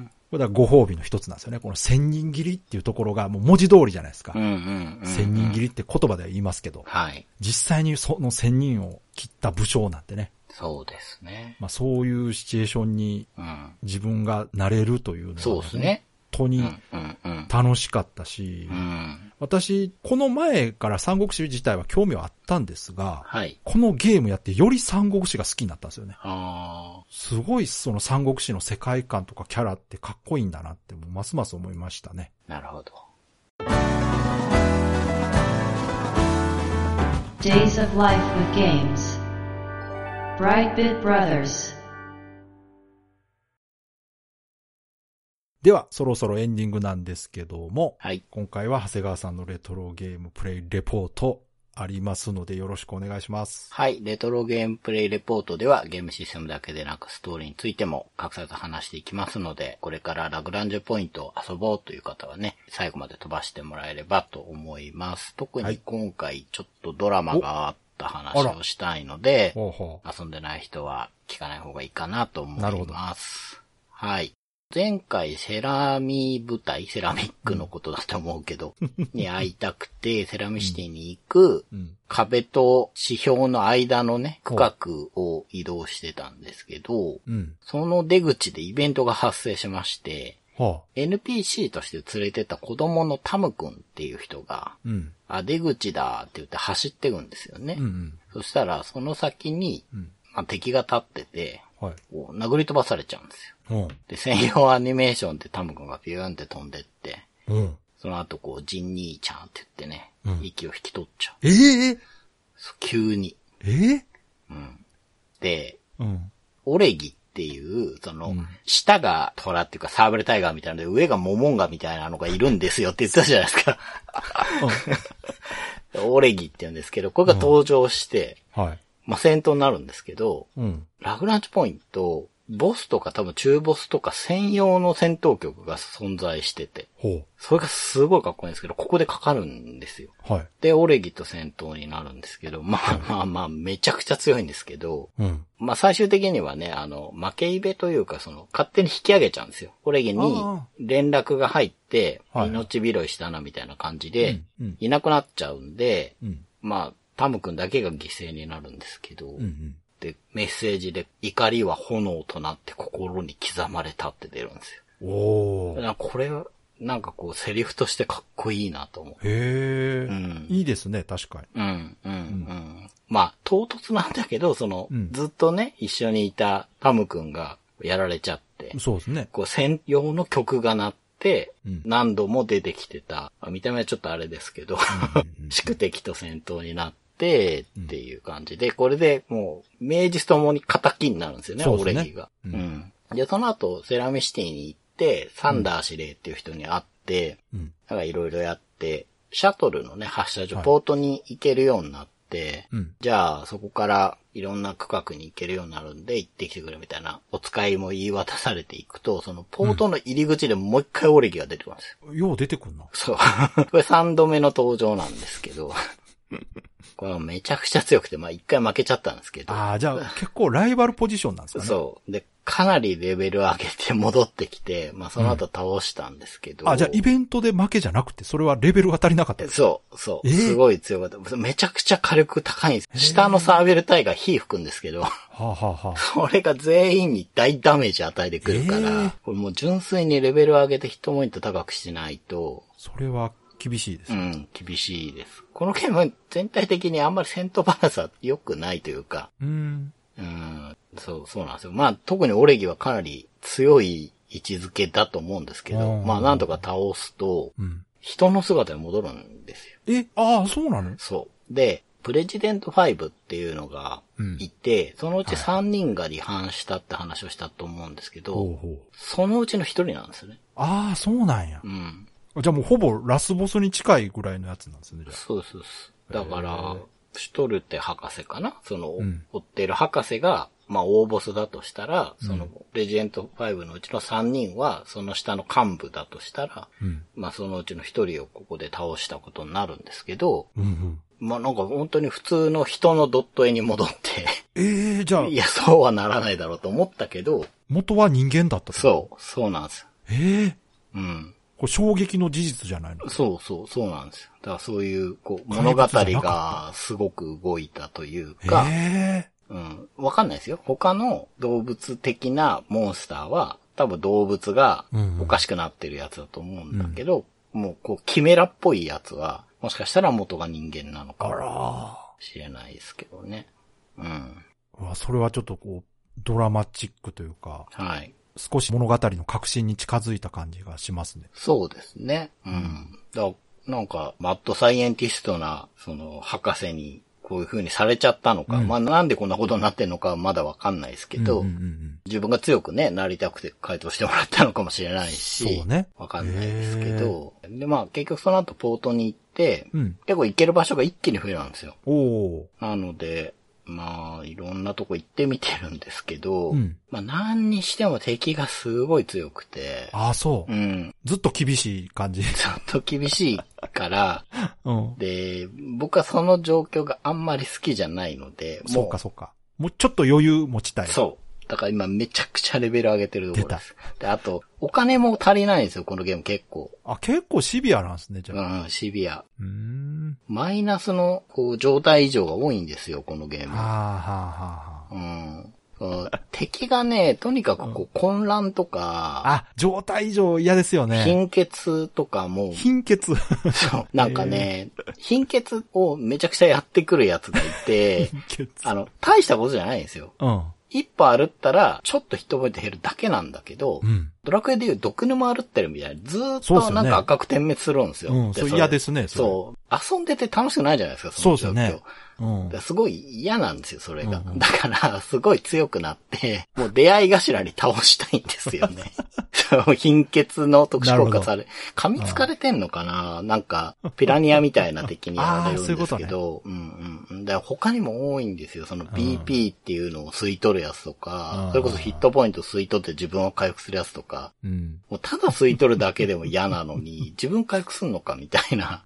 C: ん。
B: これはご褒美の一つなんですよね。この千人切りっていうところが、もう文字通りじゃないですか
C: うんう。んうん。
B: 千人切りって言葉では言いますけど、
C: はい。
B: 実際にその千人を切った武将なんてね、
C: そうですね。
B: まあそういうシチュエーションに
C: うん。
B: 自分がなれるというのが
C: そうですね。
B: 本当
C: う
B: に
C: んうんうん。
B: 楽しかったし、
C: うん。
B: 私、この前から三国志自体は興味はあったんですが、
C: はい。
B: このゲームやってより三国志が好きになったんですよね。
C: あ
B: すごいその三国志の世界観とかキャラってかっこいいんだなって、もうますます思いましたね。
C: あ、なるほど。
A: Days of Life with Games. Brightbit Brothers.
B: では、そろそろエンディングなんですけども、
C: はい。
B: 今回は長谷川さんのレトロゲームプレイレポートありますのでよろしくお願いします。
C: はい。レトロゲームプレイレポートではゲームシステムだけでなくストーリーについても隠さず話していきますので、これからラグランジュポイントを遊ぼうという方はね、最後まで飛ばしてもらえればと思います。特
B: は
C: に
B: い
C: 今回ちょっとドラマがあった話
B: おあ
C: を
B: ら
C: したいので、
B: ほうほう。
C: 遊んでない人は聞かない方がいいかなと思
B: なるほ
C: い
B: ど
C: ます。はい。前回セラミ舞台、セラミックのことだと思う けど、に会いたくて、セラミシティに行く
B: うん。
C: 壁と指標の間のね、区画を移動してたんですけど、
B: うん。
C: その出口でイベントが発生しまして、
B: はあ。
C: NPC として連れてった子供のタム君っていう人が、
B: うん。
C: あ、出口だって言って走ってくんですよね。
B: うんうん。
C: そしたら、その先に、
B: うん。
C: まあ、敵が立ってて、
B: はい。
C: こう殴り飛ばされちゃうんですよ。
B: うん。
C: で、専用アニメーションでタム君がピューンって飛んでって、
B: うん。
C: その後こう、ジン兄ちゃんって言ってね、
B: うん
C: 息を引き取っちゃう
B: ええ
C: そう。急に。
B: ええ
C: で、
B: うん。
C: オレギっていう、その、
B: うん
C: 下がトラっていうかサーブレタイガーみたいなので、上がモモンガみたいなのがいるんですよって言ってたじゃないですか。オレギって言うんですけど、これが登場して、
B: はい。
C: まあ、戦闘になるんですけど、
B: うん。
C: ラグランチポイント、ボスとか多分中ボスとか専用の戦闘局が存在してて、
B: ほ
C: それがすごいかっこいいんですけど、ここでかかるんですよ。
B: う。はい。
C: で、オレギと戦闘になるんですけど、まあまあまあ、めちゃくちゃ強いんですけど、
B: うん。
C: まあ最終的にはね、あの、負けイベというか、その、勝手に引き上げちゃうんですよ。オレギに
B: あ
C: 連絡が入って、
B: はい
C: 命拾いしたなみたいな感じで、
B: うんうん
C: いなくなっちゃうんで、
B: うん。
C: まあ、タム君だけが犠牲になるんですけど、
B: うんうん。
C: で、メッセージで、怒りは炎となって心に刻まれたって出るんですよ。
B: お
C: だか
B: ー。
C: らこれは、なんかこう、セリフとしてかっこいいなと思う。
B: へえ、
C: うん
B: いいですね、確かに。
C: うん、うん、うん。まあ、唐突なんだけど、その、
B: うん
C: ずっとね、一緒にいたタム君がやられちゃって、
B: そうですね。
C: こう、専用の曲が鳴って、
B: うん
C: 何度も出てきてた、まあ見た目はちょっとあれですけど、
B: うんうん
C: 宿敵と戦闘になって、っていう感じで、これでもう、明治ともに仇になるんですよね、
B: そう
C: オ
B: です
C: レ
B: ね
C: ギが。
B: う
C: うんん。で、その後、セラミシティに行って、サンダー司令っていう人に会って、
B: うん。
C: なんかいろいろやって、シャトルのね、発射所、
B: はい
C: ポートに行けるようになって、
B: うん。
C: じゃあそこからいろんな区画に行けるようになるんで行ってきてくれみたいな、お使いも言い渡されていくと、そのポートの入り口でもう一回オレギが出てくるんですよ。
B: よう出てくんな。
C: そう。これ3度目の登場なんですけど、これはめちゃくちゃ強くて、まあ一回負けちゃったんですけど、
B: ああ、じゃあ結構ライバルポジションなんですかね。
C: そう。で、かなりレベル上げて戻ってきて、まあその後倒したんですけど、
B: あ、じゃあイベントで負けじゃなくて、それはレベルが足りなかったです。
C: そう、そう。
B: えー
C: すごい強かった。めちゃくちゃ火力高いんです。下のサーベルタイが火吹くんですけど、
B: はあ、はあはあ、
C: それが全員に大ダメージ与えてくるから、
B: えー
C: これもう純粋にレベル上げて一ポイント高くしないと、
B: それは厳しいです
C: う。ん、厳しいです。このゲームは全体的にあんまり戦闘バランスは良くないというか、
B: うん。
C: うん、そう、そうなんですよ。まあ、特にオレギはかなり強い位置づけだと思うんですけ
B: う
C: ど、
B: ん
C: まあ、なんとか倒すと、
B: うん。
C: 人の姿に戻るんですよ。
B: え、ああ、そうなの
C: そう。で、プレジデント5っていうのがいて、そのうち3人が離反したって話をしたと思うんですけど、
B: ほうほう。
C: そのうちの1人なんですよね。
B: ああ、そうなんや
C: う。ん。
B: じゃあもうほぼラスボスに近いぐらいのやつなんですね、じゃ
C: そうそうそう。だから、シュトルテ博士かなその、
B: ん
C: 追っている博士が、まあ、大ボスだとしたら、その、レジェント5のうちの3人は、その下の幹部だとしたら、
B: あ。うん。
C: まあ、そのうちの1人をここで倒したことになるんですけど、
B: うんうん。
C: まあ、なんか本当に普通の人のドット絵に戻って、
B: ええじゃあ
C: い、や、そうはならないだろうと思ったけど、
B: 元は人間だったう。
C: そう、そうなんです。
B: ええ
C: うん。
B: これ衝撃の事実じゃないの
C: そうそう、そうなんですよ。だからそういう、こう、
B: 怪
C: 物語
B: 物じゃなか
C: がすごく動いたという
B: え
C: か、
B: え
C: うん。わかんないですよ。他の動物的なモンスターは、多分動物が
B: うんうん
C: おかしくなってるやつだと思うんだけど、もうこう、キメラっぽいやつは、もしかしたら元が人間なのか
B: あ
C: も
B: ら
C: しれないですけどね。うん。
B: ーうわそれはちょっとこう、ドラマチックというか、
C: はい。
B: 少し物語の核心に近づいた感じがしますね。
C: そうですね。うん。だなんか、マッドサイエンティストな、その、博士に、こういう風にされちゃったのか、
B: うん
C: まあなんでこんなことになってんのかはまだわかんないですけど、
B: うんうんうん
C: 自分が強くね、なりたくて回答してもらったのかもしれないし、
B: そうね
C: わかんないですけど、で、まあ結局その後ポートに行って、
B: うん。うん。
C: 結構行ける場所が一気に増えたんですよ。
B: おー。
C: なので、まあ、いろんなとこ行ってみてるんですけど、
B: うん
C: まあ何にしても敵がすごい強くて、
B: ああ、そう
C: う。ん、
B: ずっと厳しい感じ。
C: ちょっと厳しいから、
B: うん。
C: で、僕はその状況があんまり好きじゃないので、も
B: そうか、そうか。もうちょっと余裕持ちたい。
C: そう。だから今めちゃくちゃレベル上げてるところ
B: 出た
C: です。で、あと、お金も足りないんですよ、このゲーム結構。
B: あ、結構シビアなんですね、じ
C: う
B: ゃあ。
C: ん、シビア。
B: うーん。
C: マイナスの、こう、状態異常が多いんですよ、このゲー
B: は
C: ム。
B: あ、はあ、はあは
C: うん。そう敵がね、とにかくこう、混乱と
B: あ。
C: か、
B: あ、状態異常嫌ですよね。
C: 貧血とかも、
B: 貧血。
C: そうなんかね、貧血をめちゃくちゃやってくるやつがい て、
B: 貧血。
C: あの、大したことじゃないんですよ。
B: うん。
C: 一歩歩ったら、ちょっと一覚えて減るだけなんだけど、
B: うん。
C: ドラクエでいう毒沼歩ってるみたいな、ずーっ
B: そうっす
C: と
B: よね
C: なんか赤く点滅するんですよ。
B: うんそう
C: れ
B: 嫌ですねそれ
C: そう。遊んでて楽しくないじゃないですか、
B: そう
C: の
B: です
C: 状況
B: よね。うん
C: だか。らすごい嫌なんですよ、それが。
B: うんうん
C: だから、すごい強くなって、もう出会い頭に倒したいんですよ ね。そう貧血の特殊効果され、噛みつかれてんのかななんか、ピラニアみたいな敵にやられるんですけ
B: あーそう
C: ど、
B: いう
C: うんうん。だから他にも多いんですよ。その BP っていうのを吸い取るやつとか、
B: うん
C: それこそヒットポイント吸い取って自分を回復するやつとか、
B: うん。
C: もうただ吸い取るだけでも嫌な のに、自分回復すんのかみたいな。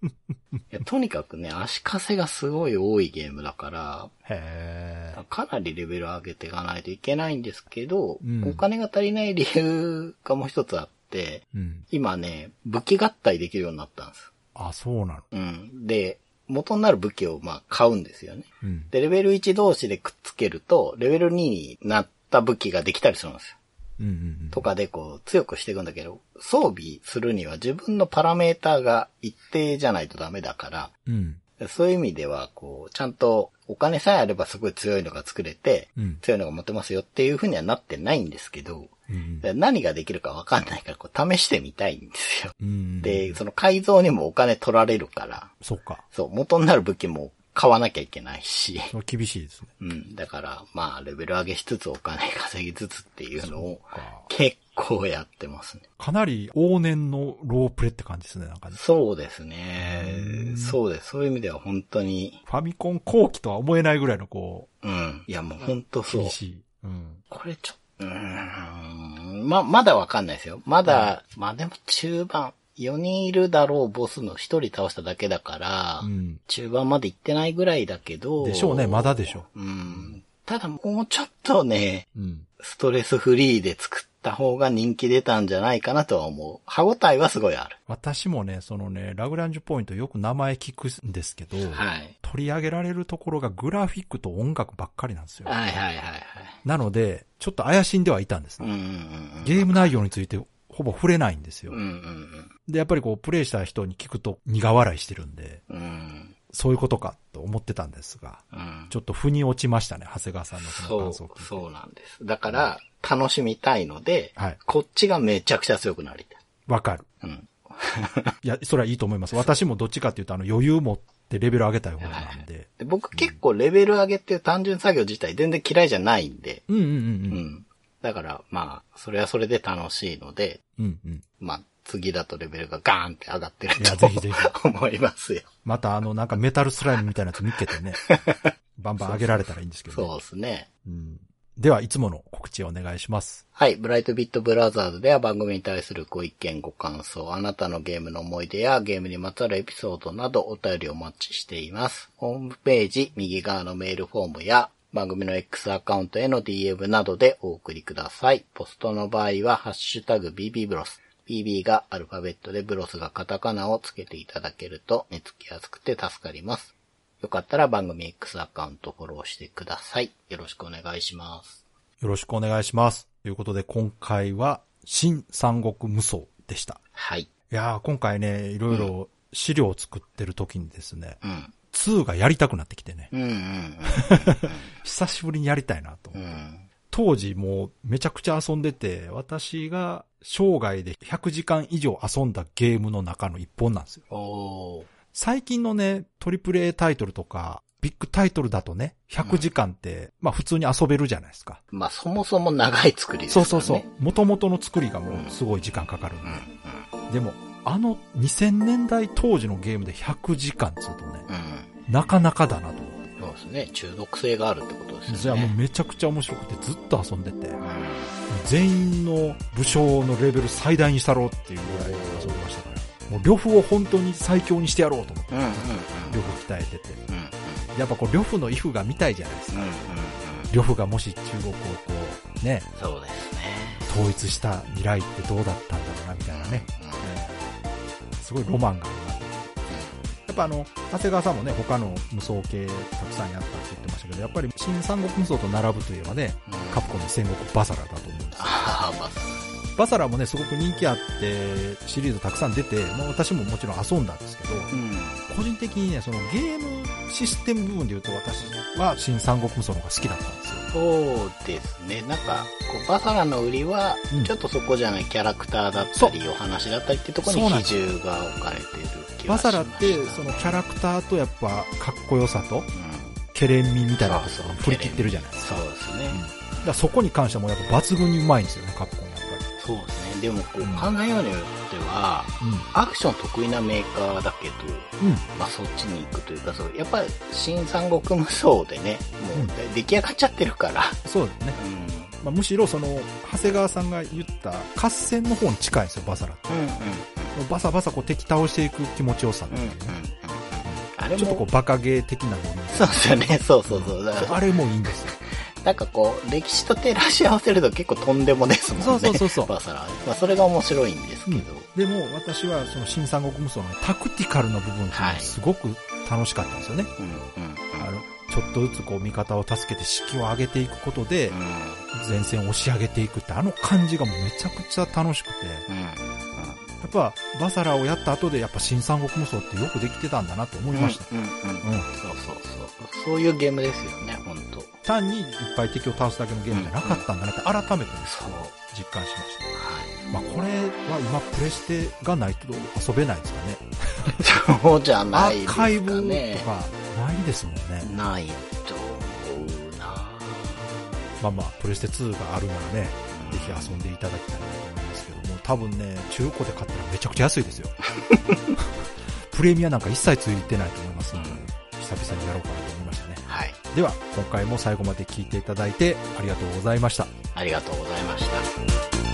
C: いやとにかくね、足かせがすごい多いゲームだから、
B: へえ。
C: かなりレベル上げていかないといけないんですけど、
B: うん
C: お金が足りない理由がもう一つあって、
B: うん。
C: 今ね、武器合体できるようになったんです。
B: あ、そうなの。
C: うん。で、元になる武器をまあ買うんですよね。
B: うん。
C: で、レベル1同士でくっつけると、レベル2になった武器ができたりするんですよ。
B: うんうんうん。
C: とかでこう強くしていくんだけど、装備するには自分のパラメーターが一定じゃないとダメだか
B: うん。
C: ら、そういう意味ではこう、ちゃんとお金さえあればすごい強いのが作れて、
B: うん。
C: 強いのが持てますよっていう風にはなってないんですけど、
B: うん。
C: 何ができるかわかんないからこう試してみたいんですよ。
B: うん。
C: で、その改造にもお金取られるから、
B: そっか。
C: そう、元になる武器も買わなきゃいけないし、
B: それ厳しいですね。
C: うん、だから、まあ、レベル上げしつつお金稼ぎつつっていうのを
B: か
C: 結構やってますね。
B: かなり往年のロープレって感じですね、なんかね。
C: そうですね。そうです。そういう意味では本当に、
B: ファミコン後期とは思えないぐらいのこ
C: うん。いやもう本当
B: う、
C: そう
B: 厳。しい。うん。
C: これちょ、うーん。ま、まだわかんないですよ。まだ、まあでも中盤、4人いるだろうボスの1人倒しただけだから、
B: うん。
C: 中盤まで行ってないぐらいだけど。
B: でしょうね、まだでしょ
C: うん。ただもうちょっとね、
B: う。うん。
C: ストレスフリーで作った方が人気出たんじゃないかなとは思う。歯応えはすごいある。
B: 私もね、そのね、ラグランジュポイントよく名前聞くんですけど、
C: はい。
B: 取り上げられるところがグラフィックと音楽ばっかりなんですよ。
C: はいはいはいはい。
B: なので、ちょっと怪しんではいたんです
C: う
B: ね
C: ん。うんうん
B: ゲーム内容についてほぼ触れないんですよ
C: うん。う。ん
B: で、やっぱりこう、プレイした人に聞くと苦笑いしてるんで、
C: うんうん。うん。
B: そういうことかと思ってたんですが、
C: うん
B: ち。ょっと腑に落ちましたね、長谷川さんのその
C: そ
B: 感想
C: う、
B: を聞いて
C: そうなんです。だから、楽しみたいので、
B: はい
C: こっちがめちゃくちゃ強くなりたい。
B: わかる。
C: うん。
B: いや、それはいいと思います。私もどっちかっていうと、あの、余裕持ってレベル上げたい方なんで。
C: で僕結構レベル上げて単純作業自体全然嫌いじゃないんで、
B: うんうんう
C: うんん。だから、まあ、それはそれで楽しいので、
B: うん。うんうん。
C: まあ、次だとレベルがガーンって上がってる
B: いや
C: と
B: ぜひぜ
C: 思いますよ。
B: またあの、なんかメタルスライムみたいなやつ見っけてね、バンバン上げられたらいいんですけどね、
C: そうですね。
B: うん。では、いつもの告知をお願いします。
C: はい。ブライトビットブラザーズでは番組に対するご意見、ご感想、あなたのゲームの思い出やゲームにまつわるエピソードなどお便りをお待ちしています。ホームページ右側のメールフォームや番組の X アカウントへの DM などでお送りください。ポストの場合はハッシュタグ BB ブロス。BB がアルファベットでブロスがカタカナをつけていただけると寝つきやすくて助かります。よかったら番組 X アカウントフォローしてください。よろしくお願いします。
B: よろしくお願いします。ということで、今回は、新三国無双でした。
C: はい。
B: いやー、今回ね、いろいろ資料を作ってる時にですね、
C: うん。
B: 2がやりたくなってきてね、
C: うんうん
B: 久しぶりにやりたいなと
C: うん。う。ん。
B: 当時もうめちゃくちゃ遊んでて、私が生涯で100時間以上遊んだゲームの中の一本なんですよ。
C: おー。
B: 最近のね、トリプル A タイトルとか、ビッグタイトルだとね、100時間って、まあ普通に遊べるじゃないですか。
C: まあ、そもそも長い作りですか
B: そう
C: らね。
B: そうそう。元々の作りがもうすごい時間かかるん
C: うん。
B: で。でも、あの2000年代当時のゲームで100時間っつうとね、
C: うん。
B: なかなかだなと思って。
C: うん。そうですね。中毒性があるってことですよね。
B: じゃあもうめちゃくちゃ面白くてずっと遊んでて、全員の武将のレベル最大にしたろうっていうぐらい遊びましたから。もう呂布を本当に最強にしてやろうと思って。
C: うん。うん。うん。
B: 呂布鍛えてて。
C: うん。
B: やっぱこう呂布の威風が見たいじゃないです
C: うん。
B: か。
C: うん。うん。
B: 呂布がもし中国をこう、ね、
C: そうですね。
B: 統一した未来ってどうだったんだろうな、みたいなね。すごいロマンがあるなと。やっぱあの、長谷川さんもね、他の無双系たくさんやったって言ってましたけど、やっぱり新三国無双と並ぶといえばね、
C: うん。うん。
B: カプコンの戦国バサラだと思うんですよ
C: ああ、まあ、
B: バサラもね、すごく人気あって、シリーズたくさん出て、もう私ももちろん遊んだんですけど、
C: うん。
B: 個人的にね、そのゲームシステム部分で言うと私は新三国無双の方が好きだったんですよ。
C: そうですね。なんか、こう、バサラの売りは
B: うん、
C: ちょっとそこじゃないキャラクターだったり、お話だったりってところ
B: そう
C: に
B: なん
C: 比
B: です
C: 重が置かれてる気
B: バ
C: がし
B: サ
C: ました。
B: ラって、そのキャラクターとやっぱかっこよさと、
C: うん。
B: ケレン味みたいなと
C: そう
B: ころ
C: そう
B: を振り切ってるじゃないですか。
C: そうですね。
B: だからそこに関してはもうやっぱ抜群にうまいんですよね、カプコンやっ
C: そうですね。でも、こう
B: うん、
C: 考えようによっては、
B: ぱり。
C: アクション得意なメーカーだけど、
B: うん。うん。
C: まあそっちに行くというか、そう、やっぱり新三国無双でね、も
B: うん
C: う出来上がっちゃってるから。
B: そうですね。
C: うん。
B: まあ、むしろその、長谷川さんが言った合戦の方に近いんですよ、バサラって。
C: うんうん
B: バサバサこう敵倒していく気持ちよさって
C: うん。うんう
B: い
C: ん
B: うね。
C: あれ
B: ちょっとこ
C: も、
B: うバカゲー的なもの
C: そうですよね。 そうそうそう。だから
B: あれもいいんですよ。
C: なんかこう、歴史と照らし合わせると結構とんでもですもんね。
B: そうそうそうそう
C: バサラ。まあそれが面白いんですけど。
B: でも私はその新三国無双のタクティカルな部分っていうの
C: は
B: が
C: い
B: すごく楽しかったんですよね。
C: うんうんうん。
B: あの、ちょっとずつこう味方を助けて士気を上げていくことで
C: うん
B: 前線を押し上げていくってあの感じがもうめちゃくちゃ楽しくて、
C: うん
B: やっぱバサラをやった後でやっぱ新三国無双ってよくできてたんだなと思
C: う
B: い
C: ん。
B: ました。
C: うんうんう
B: う
C: ん
B: ん。
C: そうそうそう。そういうゲームですよね、本当
B: 単にいっぱい敵を倒すだけのゲームじゃなかったんだなって改めてね
C: そう。は
B: 実感しました。ま
C: い。
B: あ、これは今プレステがないと遊べないですかね。
C: そうじゃ
B: ア
C: ないで
B: ー
C: す
B: カイブ
C: か
B: と
C: ね。
B: かないですもんね。
C: ないと思うな
B: まあまあ、プレステ2があるならね、ぜひ遊んでいただきたいなと思いますけども、多分ね、中古で買ったらめちゃくちゃ安いです よ。プレミアなんか一切ついてないと思いますので、久々にやろうかなと思いましたね。
C: はい。
B: では、今回も最後まで聞いていただいてありがとうございました。
C: ありがとうございました。